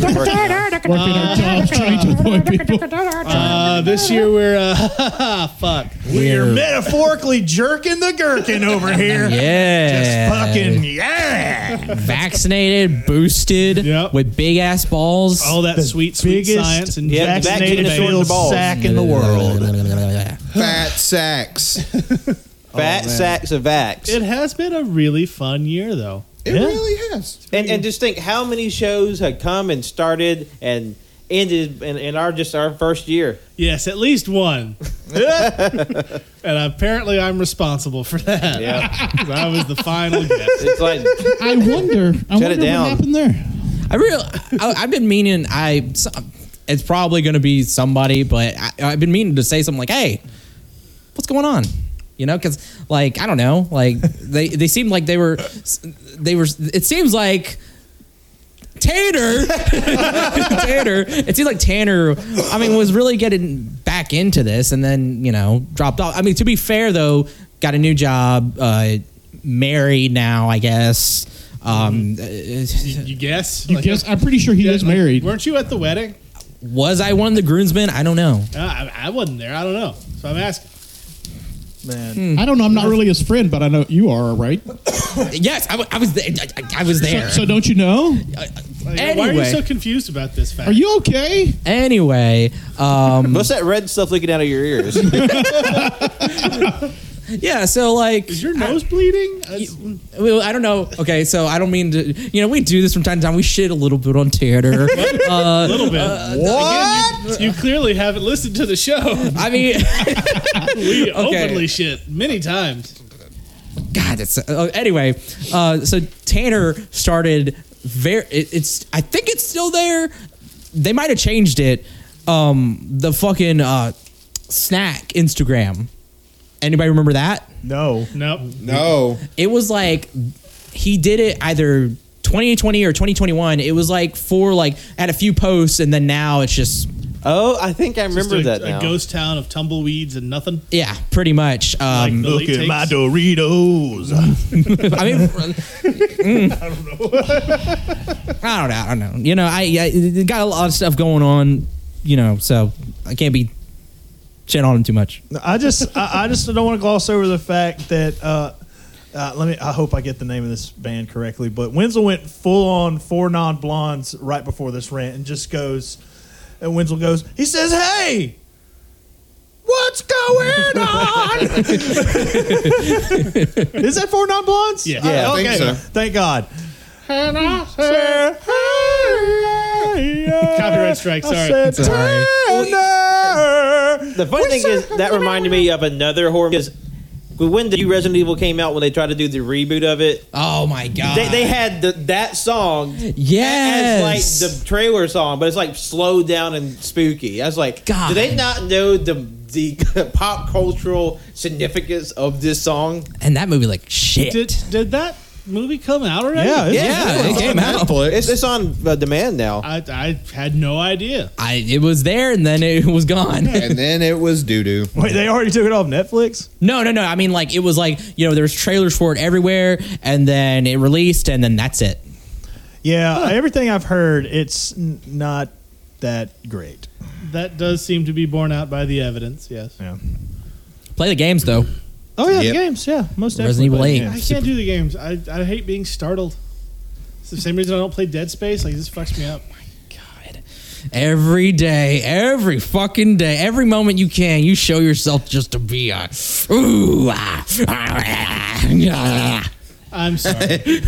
I: we're working on.
H: Working our jobs, trying to avoid people.
L: uh this year we're uh, fuck.
G: We're metaphorically jerking the gherkin over here.
K: Yeah.
G: Fucking yeah!
K: vaccinated, boosted,
L: Yep.
K: with big ass balls.
L: All that sweet, sweet
G: biggest-
L: science and
I: Yeah,
L: Jackson-
G: Vaccinated
I: vaccinated
G: field
I: balls.
G: sack in the world.
C: Fat sacks.
G: Oh,
I: Fat sacks of vax.
L: It has been a really fun year, though.
C: It really has.
I: And, and just think how many shows had come and started and ended in, in our just our first year.
L: Yes, at least one. and apparently, I'm responsible for that.
I: Yeah,
L: 'Cause I was the final guest.
I: it's like
H: I wonder. I wonder
I: down.
H: what happened there.
K: I really, I, I've been meaning. I so- it's probably going to be somebody, but I, I've been meaning to say something like, "Hey, what's going on?" You know, because like I don't know, like they they seemed like they were they were. It seems like. Tanner, Tanner. It seems like Tanner. I mean, was really getting back into this, and then you know dropped off. I mean, to be fair though, got a new job, uh, married now, I guess. Um,
L: You, you guess?
H: You
L: Like,
H: guess I'm pretty sure he is
L: like,
H: married.
L: Weren't you at the wedding?
K: Was I one of the groomsmen? I don't know.
L: Uh, I, I wasn't there. I don't know. So I'm asking.
G: Man,
H: I don't know. I'm not really his friend, but I know you are, right?
K: Yes, I, w- I was there. I, I- I was there.
H: So don't you know?
L: Like, Why are you
K: anyway,
L: so confused about this fact?
H: Are you okay?
K: anyway, um,
I: what's that red stuff leaking out of your ears?
K: Yeah, so like, is
G: your nose bleeding?
K: well, I don't know. Okay, so I don't mean to. You know, we do this from time to time. We shit a little bit on Uh, Tanner.
G: a little bit. what? you, you clearly haven't listened to the show. I
K: mean,
G: we
K: Okay.
G: openly shit many times.
K: God, that's uh, anyway. Uh, so Tanner started very. It, it's I think it's still there. They might have changed it. Um, the fucking uh, snack Instagram. Anybody remember that?
L: No.
G: Nope.
C: No.
K: It was like he did it either 2020 or 2021. It was like for like at a few posts, and then now it's just.
I: Oh, I think I
G: Just a, a ghost town of tumbleweeds and nothing.
K: Yeah, pretty much. Um,
G: Like Look at takes- my
K: Doritos. I mean, mm, I don't know. I don't know. You know, I, I it got a lot of stuff going on. You know, so I can't be shit on him too much.
L: I just I, I just don't want to gloss over the fact that uh, uh, let me I hope I get the name of this band correctly, but Winslow went full on four non blondes right before this rant and just goes and Winslow goes, he says, Hey, what's going on? Is that four non blondes?
G: Yeah.
L: Uh,
G: Yeah, I think
L: okay.
G: so.
L: Thank God.
G: And I
L: said,
G: Copyright strike.
L: I
G: Sorry.
L: said,
I: The funny thing is that reminded me of another horror because when the new Resident Evil came out, when they tried to do the reboot of it,
K: oh my god,
I: they, they had the, that song,
K: Yes.
I: as like the trailer song, but it's like slow down and spooky. I was like,
K: God.
I: do they not know the the pop cultural significance of this song?
K: And that movie, like shit.
G: Did, did that movie come out already?
I: It's, it's on uh, demand now.
G: I, I had no idea.
K: I it was there and then it was gone.
C: and then it was doo doo.
L: Wait, they already took it off Netflix?
K: No, no, no. I mean, like it was like you know, there was trailers for it everywhere, and then it released, and then that's it.
L: Yeah, everything I've heard, it's n- not that great.
G: That does seem to be borne out by the evidence. Yes.
L: Yeah.
K: Play the games though.
L: Oh yeah,
K: Yep.
L: the games. Yeah, most
K: Resident Evil
L: definitely.
K: eight.
G: I can't do the games. I, I hate being startled. It's the same reason I don't play Dead Space. Like this fucks me up.
K: Every day, every fucking day, every moment you can, you show yourself just to be a. Ooh, ah, ah, ah,
G: I'm sorry.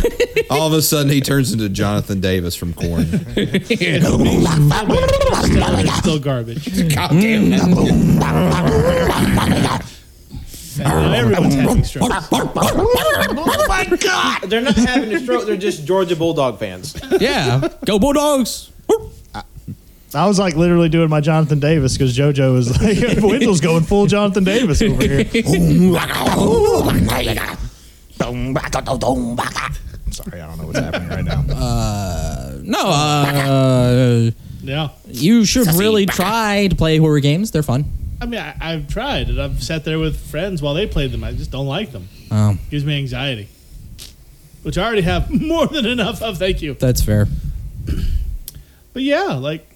C: All of a sudden, he turns into Jonathan Davis from Corn.
G: It's still garbage.
K: God damn
G: Everyone's having strokes.
I: oh my god! They're not having a stroke. They're just Georgia Bulldog fans.
K: yeah, go Bulldogs.
L: I was like literally doing my Jonathan Davis because JoJo was like, Winslow's going full Jonathan Davis over here. Sorry, I don't know what's happening right now.
K: Uh, no, uh,
G: yeah.
K: You should really try to play horror games. They're fun.
G: I mean, I, I've tried and I've sat there with friends while they played them. I just don't like them.
K: Um,
G: Gives me anxiety, which I already have more than enough of. Thank you.
K: that's fair.
G: But yeah, like,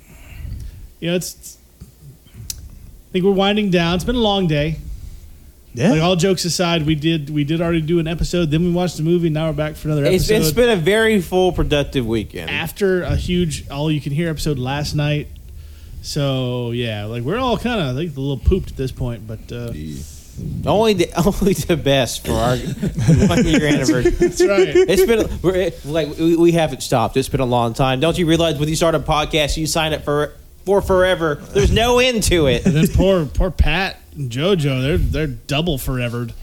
G: you know, it's. it's- I think we're winding down. It's been a long day.
L: Yeah.
G: Like all jokes aside, we did we did already do an episode. Then we watched the movie. Now we're back for another
I: It's,
G: episode.
I: it's been a very full, productive weekend.
G: after a huge all you can hear episode last night. So yeah, like we're all kind of like a little pooped at this point, but uh,
I: Only the only the best for our one year anniversary.
G: That's right.
I: It's been we're, like we, we haven't stopped. It's been a long time. Don't you realize when you start a podcast, you sign up for for forever. There's no end to it.
G: And then poor poor Pat and JoJo, they're they're double forevered.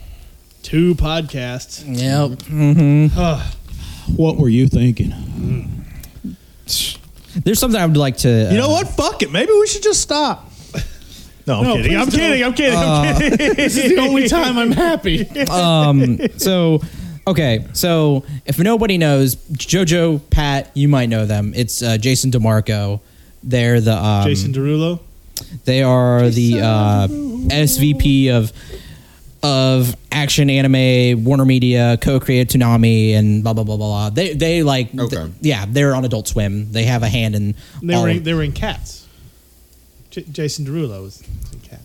G: Two podcasts.
K: Yep. Mm-hmm.
H: What were you thinking?
K: There's something I would like to. uh,
L: You know what? Fuck it. Maybe we should just stop. No, I'm
G: No,
L: kidding.
G: please
L: I'm
G: don't.
L: kidding. I'm kidding. I'm
K: Uh,
L: kidding.
G: this is the only time I'm happy.
K: um, so okay so if nobody knows jojo pat you might know them it's uh, jason demarco they're the um,
G: Jason Derulo.
K: they are the uh, svp of of action anime warner media co-create tsunami and blah blah blah blah blah they they like th-
G: Okay.
K: yeah they're on adult swim they have a hand in
G: And they
K: all
G: were
L: Oh.
K: of-
G: in, they were in Cats. J- Jason Derulo was in Cats.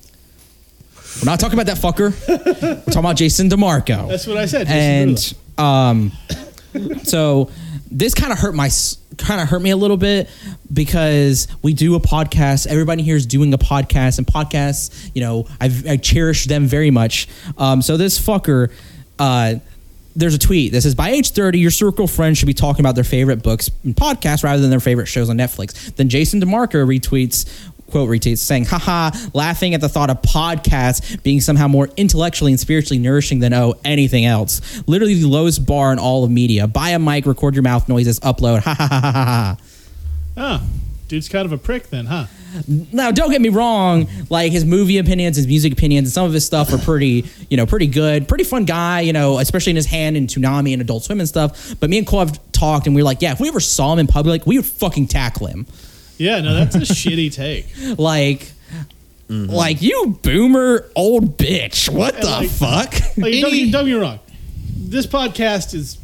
K: we're not talking about that fucker we're talking about jason demarco
G: That's what I said. Jason
K: and
G: Derulo.
K: um, so this kind of hurt my s- kind of hurt me a little bit because we do a podcast. Everybody here is doing a podcast, and podcasts, you know, I've, I cherish them very much. Um, so this fucker, uh, there's a tweet that says by age 30 your circle of friends should be talking about their favorite books and podcasts rather than their favorite shows on netflix then jason demarco retweets quote retweets saying haha laughing at the thought of podcasts being somehow more intellectually and spiritually nourishing than oh anything else literally the lowest bar in all of media buy a mic record your mouth noises upload ha ha ha ha ha
L: Oh, dude's kind of a prick then, huh?
K: now don't get me wrong like his movie opinions his music opinions and some of his stuff are pretty you know pretty good pretty fun guy you know especially in his hand in tsunami and adult swim and stuff but me and cole have talked and we were like yeah if we ever saw him in public we would fucking tackle him
L: Yeah, no, that's a shitty take.
K: like like you boomer old bitch what
L: And,
K: the
L: like-
K: fuck
L: Like, don't, get, don't get me wrong. This podcast is.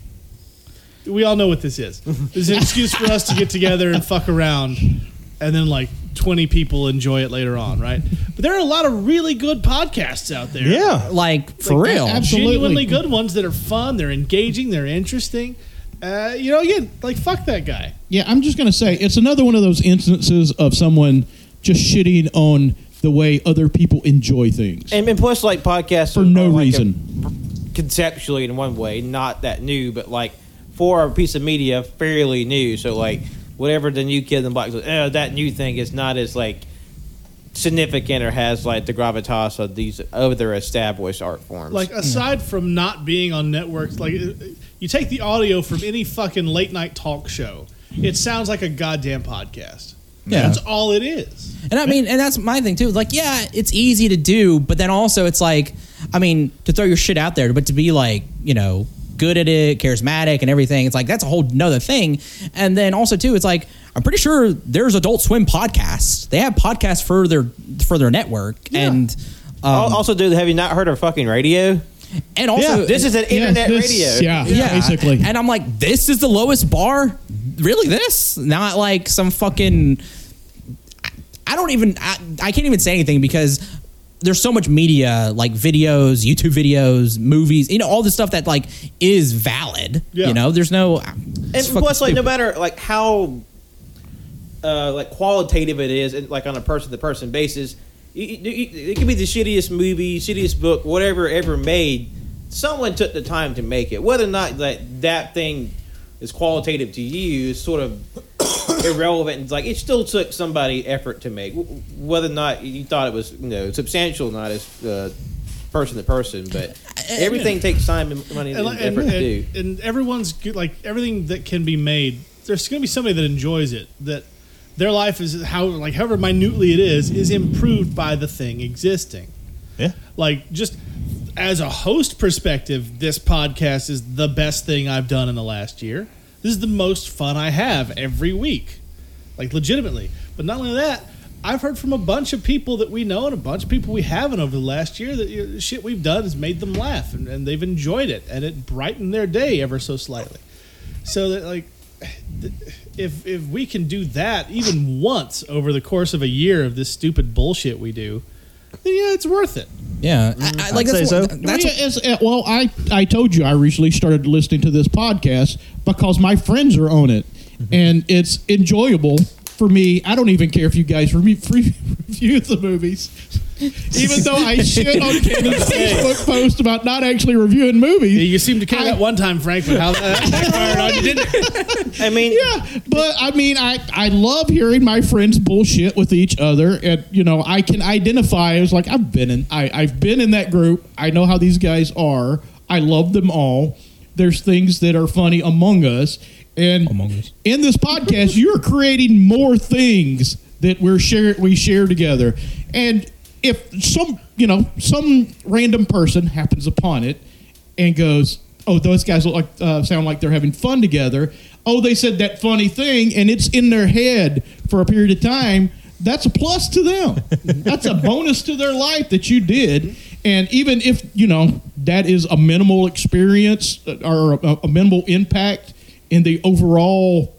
L: We all know what this is. This is an excuse for us to get together and fuck around, and then like twenty people enjoy it later on, right? But there are a lot of really good podcasts out there.
K: Yeah. Like, for real. Absolutely.
L: genuinely good ones that are fun. They're engaging. They're interesting. Uh, you know, again, like fuck that guy.
H: Yeah, I'm just gonna say it's another one of those instances of someone just shitting on the way other people enjoy things.
I: And, and plus, like podcasts for
H: no reason.
I: conceptually in one way, not that new, but like for a piece of media, fairly new. So like whatever the new kid in the block, is, oh, that new thing is not as like significant or has like the gravitas of these other established art forms.
L: Like aside from not being on networks, like uh, you take the audio from any fucking late night talk show, it sounds like a goddamn podcast.
K: Yeah.
L: that's all it is.
K: And I mean, and that's my thing too. Like, yeah, it's easy to do, but then also it's like, I mean, to throw your shit out there, but to be like, you know, good at it, charismatic, and everything, it's like that's a whole nother thing. And then also too, it's like I'm pretty sure there's Adult Swim podcasts. They have podcasts for their for their network, and Um, uh,
I: Al- also, dude, have you not heard of fucking radio?
K: and also
I: Yeah, this is an Yeah, internet this- radio. yeah, basically.
K: And I'm like, this is the lowest bar, really? This not like some fucking. I- I don't even. I, I can't even say anything because there's so much media, like videos, YouTube videos, movies, you know, all the stuff that like is valid. You know, there's no.
I: and plus, like, no matter like how uh, like qualitative it is, and like on a person to person basis, you, you, you- it could be the shittiest movie, shittiest book, whatever ever made. Someone took the time to make it. Whether or not that that thing is qualitative to you is sort of irrelevant. It's like it still took somebody effort to make. W- Whether or not you thought it was you know substantial, or not as uh, person to person, but everything takes time and money and,
L: like-
I: effort to do.
L: and, and everyone's good, like everything that can be made. There's going to be somebody that enjoys it. That their life is how like however minutely it is is improved by the thing existing.
O: Yeah.
L: Like just as a host perspective, this podcast is the best thing I've done in the last year. This is the most fun I have every week. Like legitimately. But not only that, I've heard from a bunch of people that we know and a bunch of people we haven't over the last year that you know, shit we've done has made them laugh and, and they've enjoyed it and it brightened their day ever so slightly. So that like th- if if we can do that even once over the course of a year of this stupid bullshit we do, then yeah, it's worth it.
K: Yeah, I, like that's what- that's
H: Yeah, it's- uh, well, I I told you I recently started listening to this podcast because my friends are on it,
I: Mm-hmm.
H: and it's enjoyable for me. I don't even care if you guys re- re- review the movies, even though I shit on Ken's Facebook post about not actually reviewing movies.
L: You seem to care that one time, Franklin. How that backfired on you, didn't it?
I: I mean,
H: yeah, but I mean, I I love hearing my friends bullshit with each other, and you know, I can identify. It's like I've been in, I I've been in that group. I know how these guys are. I love them all. There's things that are funny among us, and in this podcast, you're creating more things that we're share we share together, and if some you know some random person happens upon it and goes, "Oh, those guys look like uh, sound like they're having fun together." Oh, they said that funny thing, and it's in their head for a period of time. That's a plus to them. That's a bonus to their life that you did. And even if you know that is a minimal experience uh, or a, a minimal impact in the overall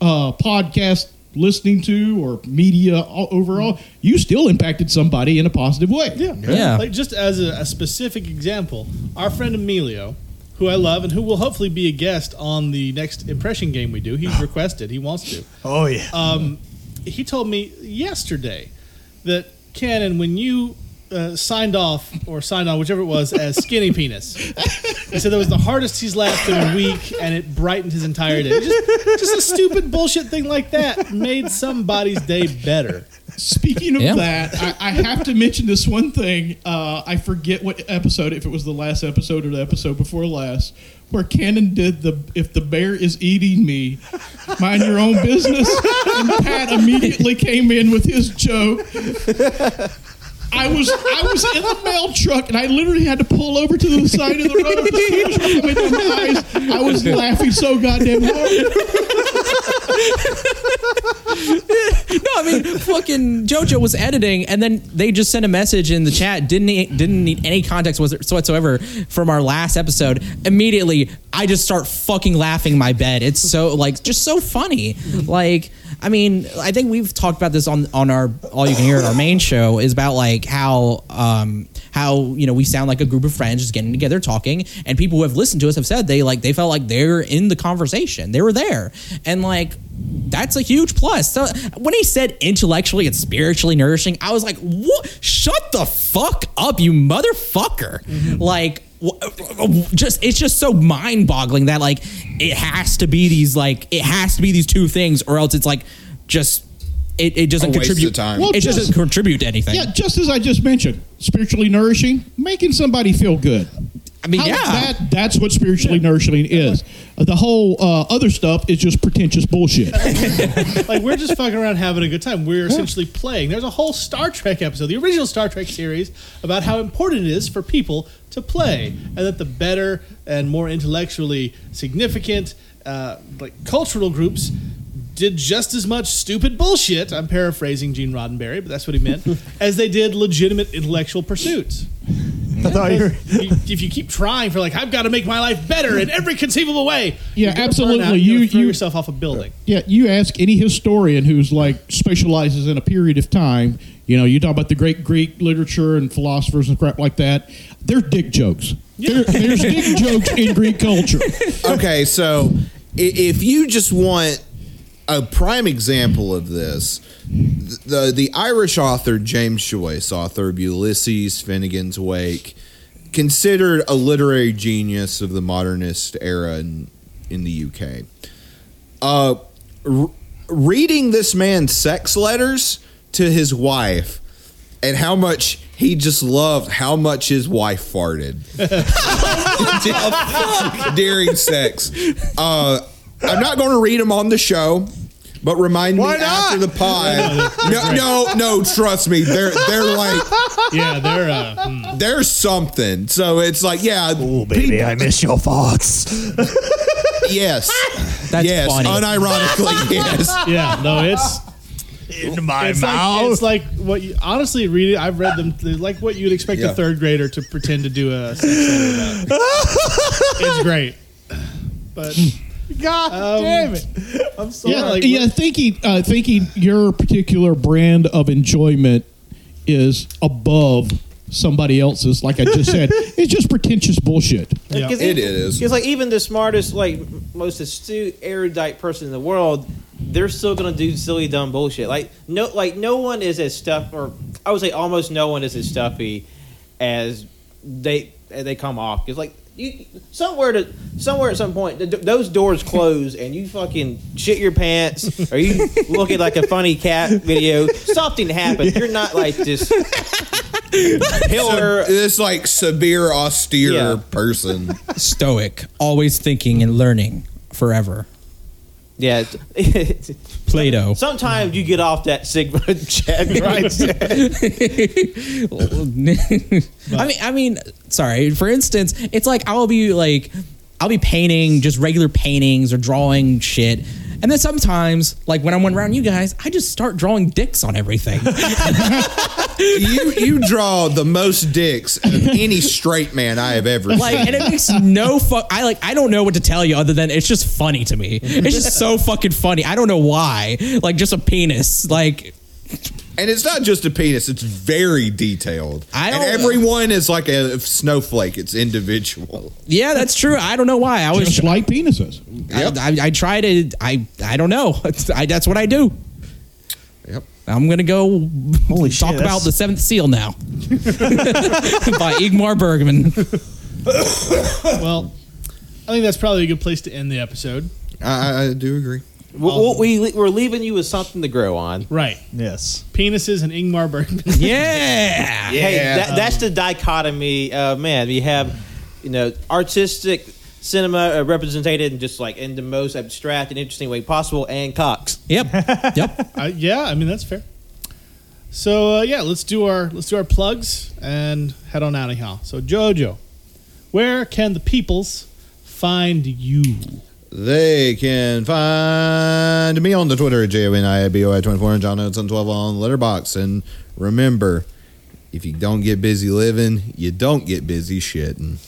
H: uh, podcast listening to or media o- overall, you still impacted somebody in a positive way.
L: Yeah. Like just as a, a specific example, our friend Emilio
G: who I love and who will hopefully be a guest on the next impression game we do. He's requested. He wants to.
L: Oh yeah.
G: Um, he told me yesterday that Cannon, when you uh, signed off or signed on, whichever it was, as skinny penis, he said that was the hardest he's laughed in a week, and it brightened his entire day. Just, just a stupid bullshit thing like that made somebody's day better.
H: Speaking of
G: Yeah.
H: that, I, I have to mention this one thing. Uh, I forget what episode, if it was the last episode or the episode before last, where Cannon did the "If the bear is eating me, mind your own business." and Pat immediately came in with his joke. I was I was in the mail truck and I literally had to pull over to the side of the road. I was rolling in my eyes. I was laughing so goddamn hard.
K: no, I mean, fucking JoJo was editing, and then they just sent a message in the chat. Didn't need, didn't need any context was- whatsoever from our last episode. Immediately, I just start fucking laughing in my bed. It's so like just so funny. Like, I mean, I think we've talked about this on on our all you can hear at our main show is about like how um how you know we sound like a group of friends just getting together talking, and people who have listened to us have said they like they felt like they're in the conversation. They were there, and like that's a huge plus. So when he said intellectually and spiritually nourishing, I was like, "What? Shut the fuck up, you motherfucker!"
H: Mm-hmm.
K: Like, wh- just it's just so mind boggling that like it has to be these like it has to be these two things, or else it's like just it, it doesn't
H: A waste of
K: contribute.
H: time. Well,
K: it
H: just-
K: doesn't contribute to anything.
H: Yeah, just as I just mentioned, spiritually nourishing, making somebody feel good.
K: I mean, yeah.
H: that, that's what spiritually nourishing is. Uh, The whole uh, other stuff is just pretentious bullshit.
G: like we're just fucking around having a good time. We're essentially playing. There's a whole Star Trek episode, the original Star Trek series, about how important it is for people to play, and that the better and more intellectually significant, uh, like cultural groups. Did just as much stupid bullshit. I'm paraphrasing Gene Roddenberry, but that's what he meant. as they did legitimate intellectual pursuits.
L: I thought you were-
G: You- if you keep trying for like, I've got to make my life better in every conceivable way.
H: Yeah,
G: you're gonna burn
H: absolutely.
G: out,
H: You-
G: you're gonna throw
H: you-
G: yourself off a building.
H: Yeah, you ask any historian who's like specializes in a period of time. You know, you talk about the great Greek literature and philosophers and crap like that. They're dick jokes. There, there's dick jokes in Greek culture.
C: okay, so i- if you just want a prime example of this, th- the the Irish author James Joyce, author of Ulysses, Finnegan's Wake, considered a literary genius of the modernist era in, in the UK. Uh, r- reading this man's sex letters to his wife and how much he just loved how much his wife farted during sex. Uh, I'm not going to read them on the show, but remind me after the pod. No, no, no, trust me, they're they're like
G: yeah, they're uh,
C: they're something. So it's like yeah, baby,
L: Oh, I miss your farts.
C: yes,
L: That's
C: yes,
L: funny.
C: unironically yes.
G: Yeah, no, it's
L: in my
G: it's Like, it's like what you honestly read it. I've read them they're like what you'd expect
L: Yeah.
G: a third grader to pretend to do a. Sex letter about. it's great, but um,
L: God damn it! I'm sorry.
H: Yeah, yeah. Thinking, uh, thinking your particular brand of enjoyment is above somebody else's. Like I just said, it's just pretentious bullshit.
I: Because like even the smartest, like m- most astute, erudite person in the world, they're still gonna do silly, dumb bullshit. Like no, like no one is as stuff, or I would say almost no one is as stuffy as they as they come off. Because like you somewhere to somewhere at some point, th- th- those doors close and you fucking shit your pants, or you look at like a funny cat video. Something happens. You're not like this pillar.
C: this like severe, austere person.
K: Stoic, always thinking and learning forever.
I: Yeah.
K: Plato.
I: Sometimes you get off that Sigma check, right?
K: I mean, I mean, sorry. For instance, it's like I'll be like, I'll be painting just regular paintings or drawing shit, and then sometimes, like when I'm around you guys, I just start drawing dicks on everything.
C: you you draw the most dicks of any straight man I have ever
K: like,
C: seen.
K: and it makes no fuck. I like, I don't know what to tell you other than it's just funny to me. It's just so fucking funny. I don't know why. Like, just a penis. Like,
C: And it's not just a penis; it's very detailed.
K: I
C: and
K: don't-
C: everyone is like a snowflake; it's individual.
K: Yeah, that's true. I don't know why. I was
H: just like penises.
K: I, I, I try to. I I don't know. I, that's what I do.
C: Yep.
K: I'm gonna go.
G: Holy
K: talk
G: shit,
K: about
G: that's-
K: the Seventh Seal now by Igmar Bergman.
L: well, I think that's probably a good place to end the episode.
C: I, I do agree.
I: Well, we, we're leaving you with something to grow on.
L: Right.
G: Yes.
L: Penises and Ingmar Bergman.
K: Yeah.
I: Hey, that, that's the dichotomy. Uh, man, we have, you know, artistic cinema uh, represented in just like in the most abstract and interesting way possible, and Cox.
K: Yep. Yep.
L: Uh, yeah, I mean that's fair. So uh, yeah, let's do our let's do our plugs and head on out of here. So Jojo, where can the peoples find you?
C: They can find me on the Twitter at JONIABOI24 and John Oates on 12 on Letterbox. And remember, if you don't get busy living, you don't get busy shitting.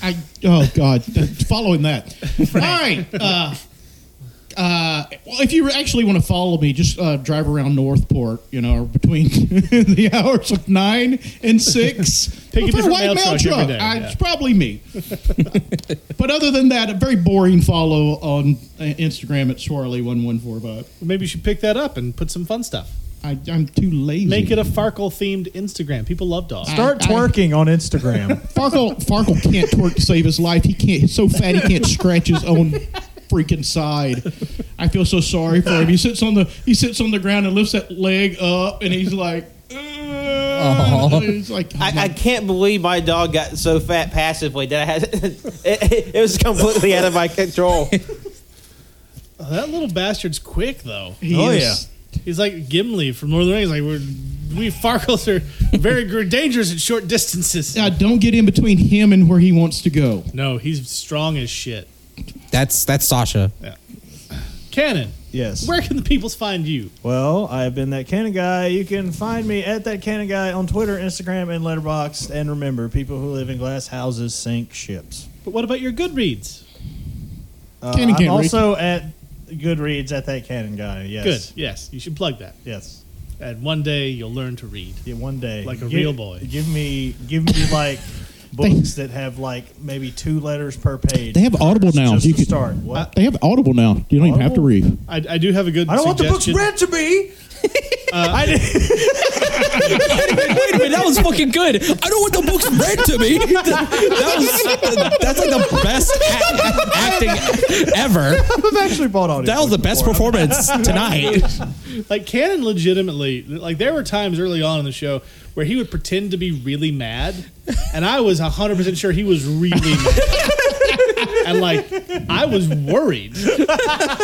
H: I oh god, following that. All right. Uh, uh, well, if you actually want to follow me, just uh, drive around Northport, you know, or between the hours of nine and six.
L: Pick a
H: I'll put
L: different mail truck every day,
H: I-
L: yeah.
H: It's probably me. but other than that, a very boring follow on uh, Instagram at Swirly one one four five.
L: Maybe you should pick that up and put some fun stuff.
H: I, I'm too lazy.
L: Make it a Farkle themed Instagram. People love dogs.
G: Start twerking on Instagram.
H: Farkle Farkle can't twerk to save his life. He can't. He's so fat he can't scratch his own freaking side. I feel so sorry for him. He sits on the he sits on the ground and lifts that leg up, and he's like, "Ugh." he's like,
I: I, I can't believe my dog got so fat passively that I had it, it, it was completely out of my control.
L: Oh, that little bastard's quick though.
H: He Oh, is.
L: He's like Gimli from Lord of the Rings. Like we're we Farkles are very gr- dangerous at short distances.
H: "Now don't get in between him and where he wants to go."
L: No, he's strong as shit.
K: That's that's Sasha.
L: Cannon,
G: Yes.
L: where can the peoples find you?
G: Well, I have been that can of guy. You can find me at that can of guy on Twitter, Instagram, and Letterboxd. And remember, people who live in glass houses sink ships.
L: But what about your Goodreads?
G: Uh,
L: Can and
G: I'm
L: can't read.
G: also at Goodreads at that cannon guy. Yes.
L: Good. Yes, you should plug that.
G: Yes.
L: And one day you'll learn to read.
G: Yeah, one day,
L: Like a
G: Gi-
L: real boy.
G: Give me, give me like books that have like maybe two letters per page.
H: They have Audible now.
G: Just
H: you
G: to
H: can
G: start. What?
H: They have Audible now. You don't even have to read.
L: I, I do have a good.
G: I don't want the books
L: suggestion.
G: read to me. I did.
K: wait a minute, wait a minute, that was fucking good. I don't want the books read to me. That was that's like the best act- acting ever.
G: I've actually bought audio.
K: That was the best performance tonight.
L: like Cannon legitimately like there were times early on in the show where he would pretend to be really mad and I was 100% sure he was really mad. and like I was worried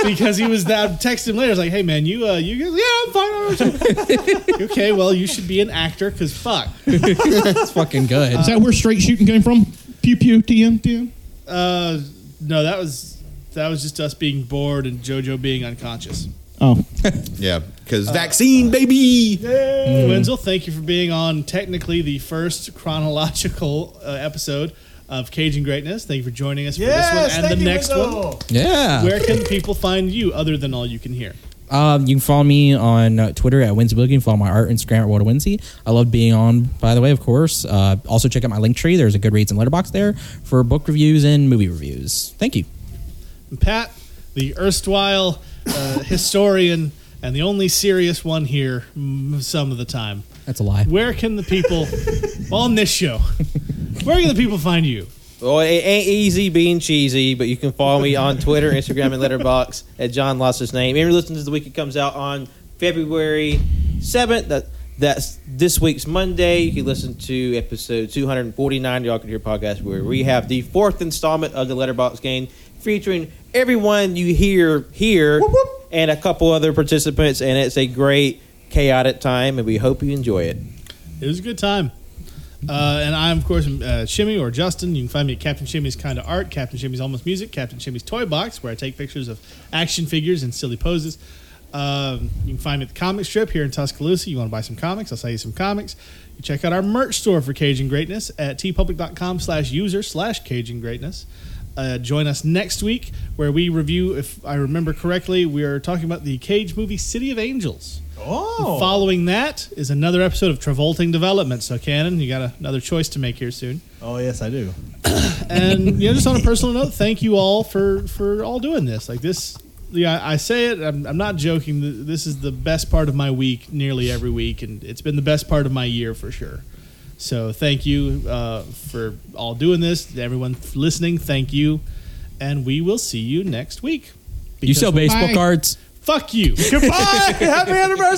L: because he was that texted him later I was like hey man you uh you yeah I'm fine I'm fine." okay well you should be an actor cuz fuck
K: That's fucking good.
H: Is that where straight shooting came from? Pew pew tm tm.
L: uh no that was that was just us being bored and Jojo being unconscious
H: Oh,
C: Yeah, because vaccine, baby.
L: Wenzel, thank you for being on technically the first chronological uh, episode of Cajun Greatness. Thank you for joining us
G: Yes,
L: for this one and
G: thank
L: the
G: you,
L: next
G: Wendell.
L: one.
K: Yeah.
L: Where can people find you other than all you can hear?
K: Um, you can follow me on uh, Twitter at Winsy Boogie and follow my art Instagram at World of Winsy. I love being on, by the way, of course. Uh, also, check out my link tree. There's a Goodreads and Letterbox there for book reviews and movie reviews. Thank you.
L: And Pat, the erstwhile uh, historian and the only serious one here mm, some of the time.
K: That's a lie.
L: Where can the people on this show? Where can the people find you?
I: Well, it ain't easy being cheesy, but you can follow me on Twitter, Instagram, and Letterbox at John Lost His Name. And listen to the week it comes out on February seventh. That that's this week's Monday. You can listen to episode two hundred and forty nine. Y'all can hear podcast where we have the fourth installment of the Letterbox game, featuring everyone you hear here and a couple other participants. And it's a great chaotic time, and we hope you enjoy it.
L: It was a good time. Uh, and I, of course, am uh, Shimmy or Justin. You can find me at Captain Shimmy's Kind of Art, Captain Shimmy's Almost Music, Captain Shimmy's Toy Box, where I take pictures of action figures and silly poses. Um, you can find me at the comic strip here in Tuscaloosa. You want to buy some comics? I'll sell you some comics. You check out our merch store for Cajun Greatness at tpublic.com slash user slash Cajun Greatness.
H: Uh, join us next week where we review, if I remember correctly, we are talking about the Cage movie City of Angels.
G: Oh.
H: Following that is another episode of Travolting Development. So, Cannon, you got another choice to make here soon.
G: Oh yes, I do.
H: and you know, just on a personal note, thank you all for for all doing this. Like this, yeah, I say it. I'm, I'm not joking. Th- This is the best part of my week, nearly every week, and it's been the best part of my year for sure. So thank you uh, for all doing this. Everyone listening, thank you, and we will see you next week.
K: You sell
H: Because-
K: baseball cards?
H: Fuck you.
G: Goodbye. Happy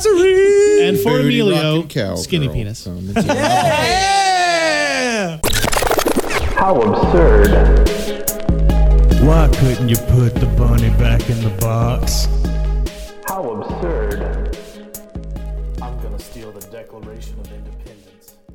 G: anniversary.
H: And for
C: Booty
H: Emilio,
C: rockin' cowgirl.
H: skinny penis.
P: How absurd.
Q: Why couldn't you put the bunny back in the box?
P: How absurd.
R: I'm gonna steal the Declaration of Independence.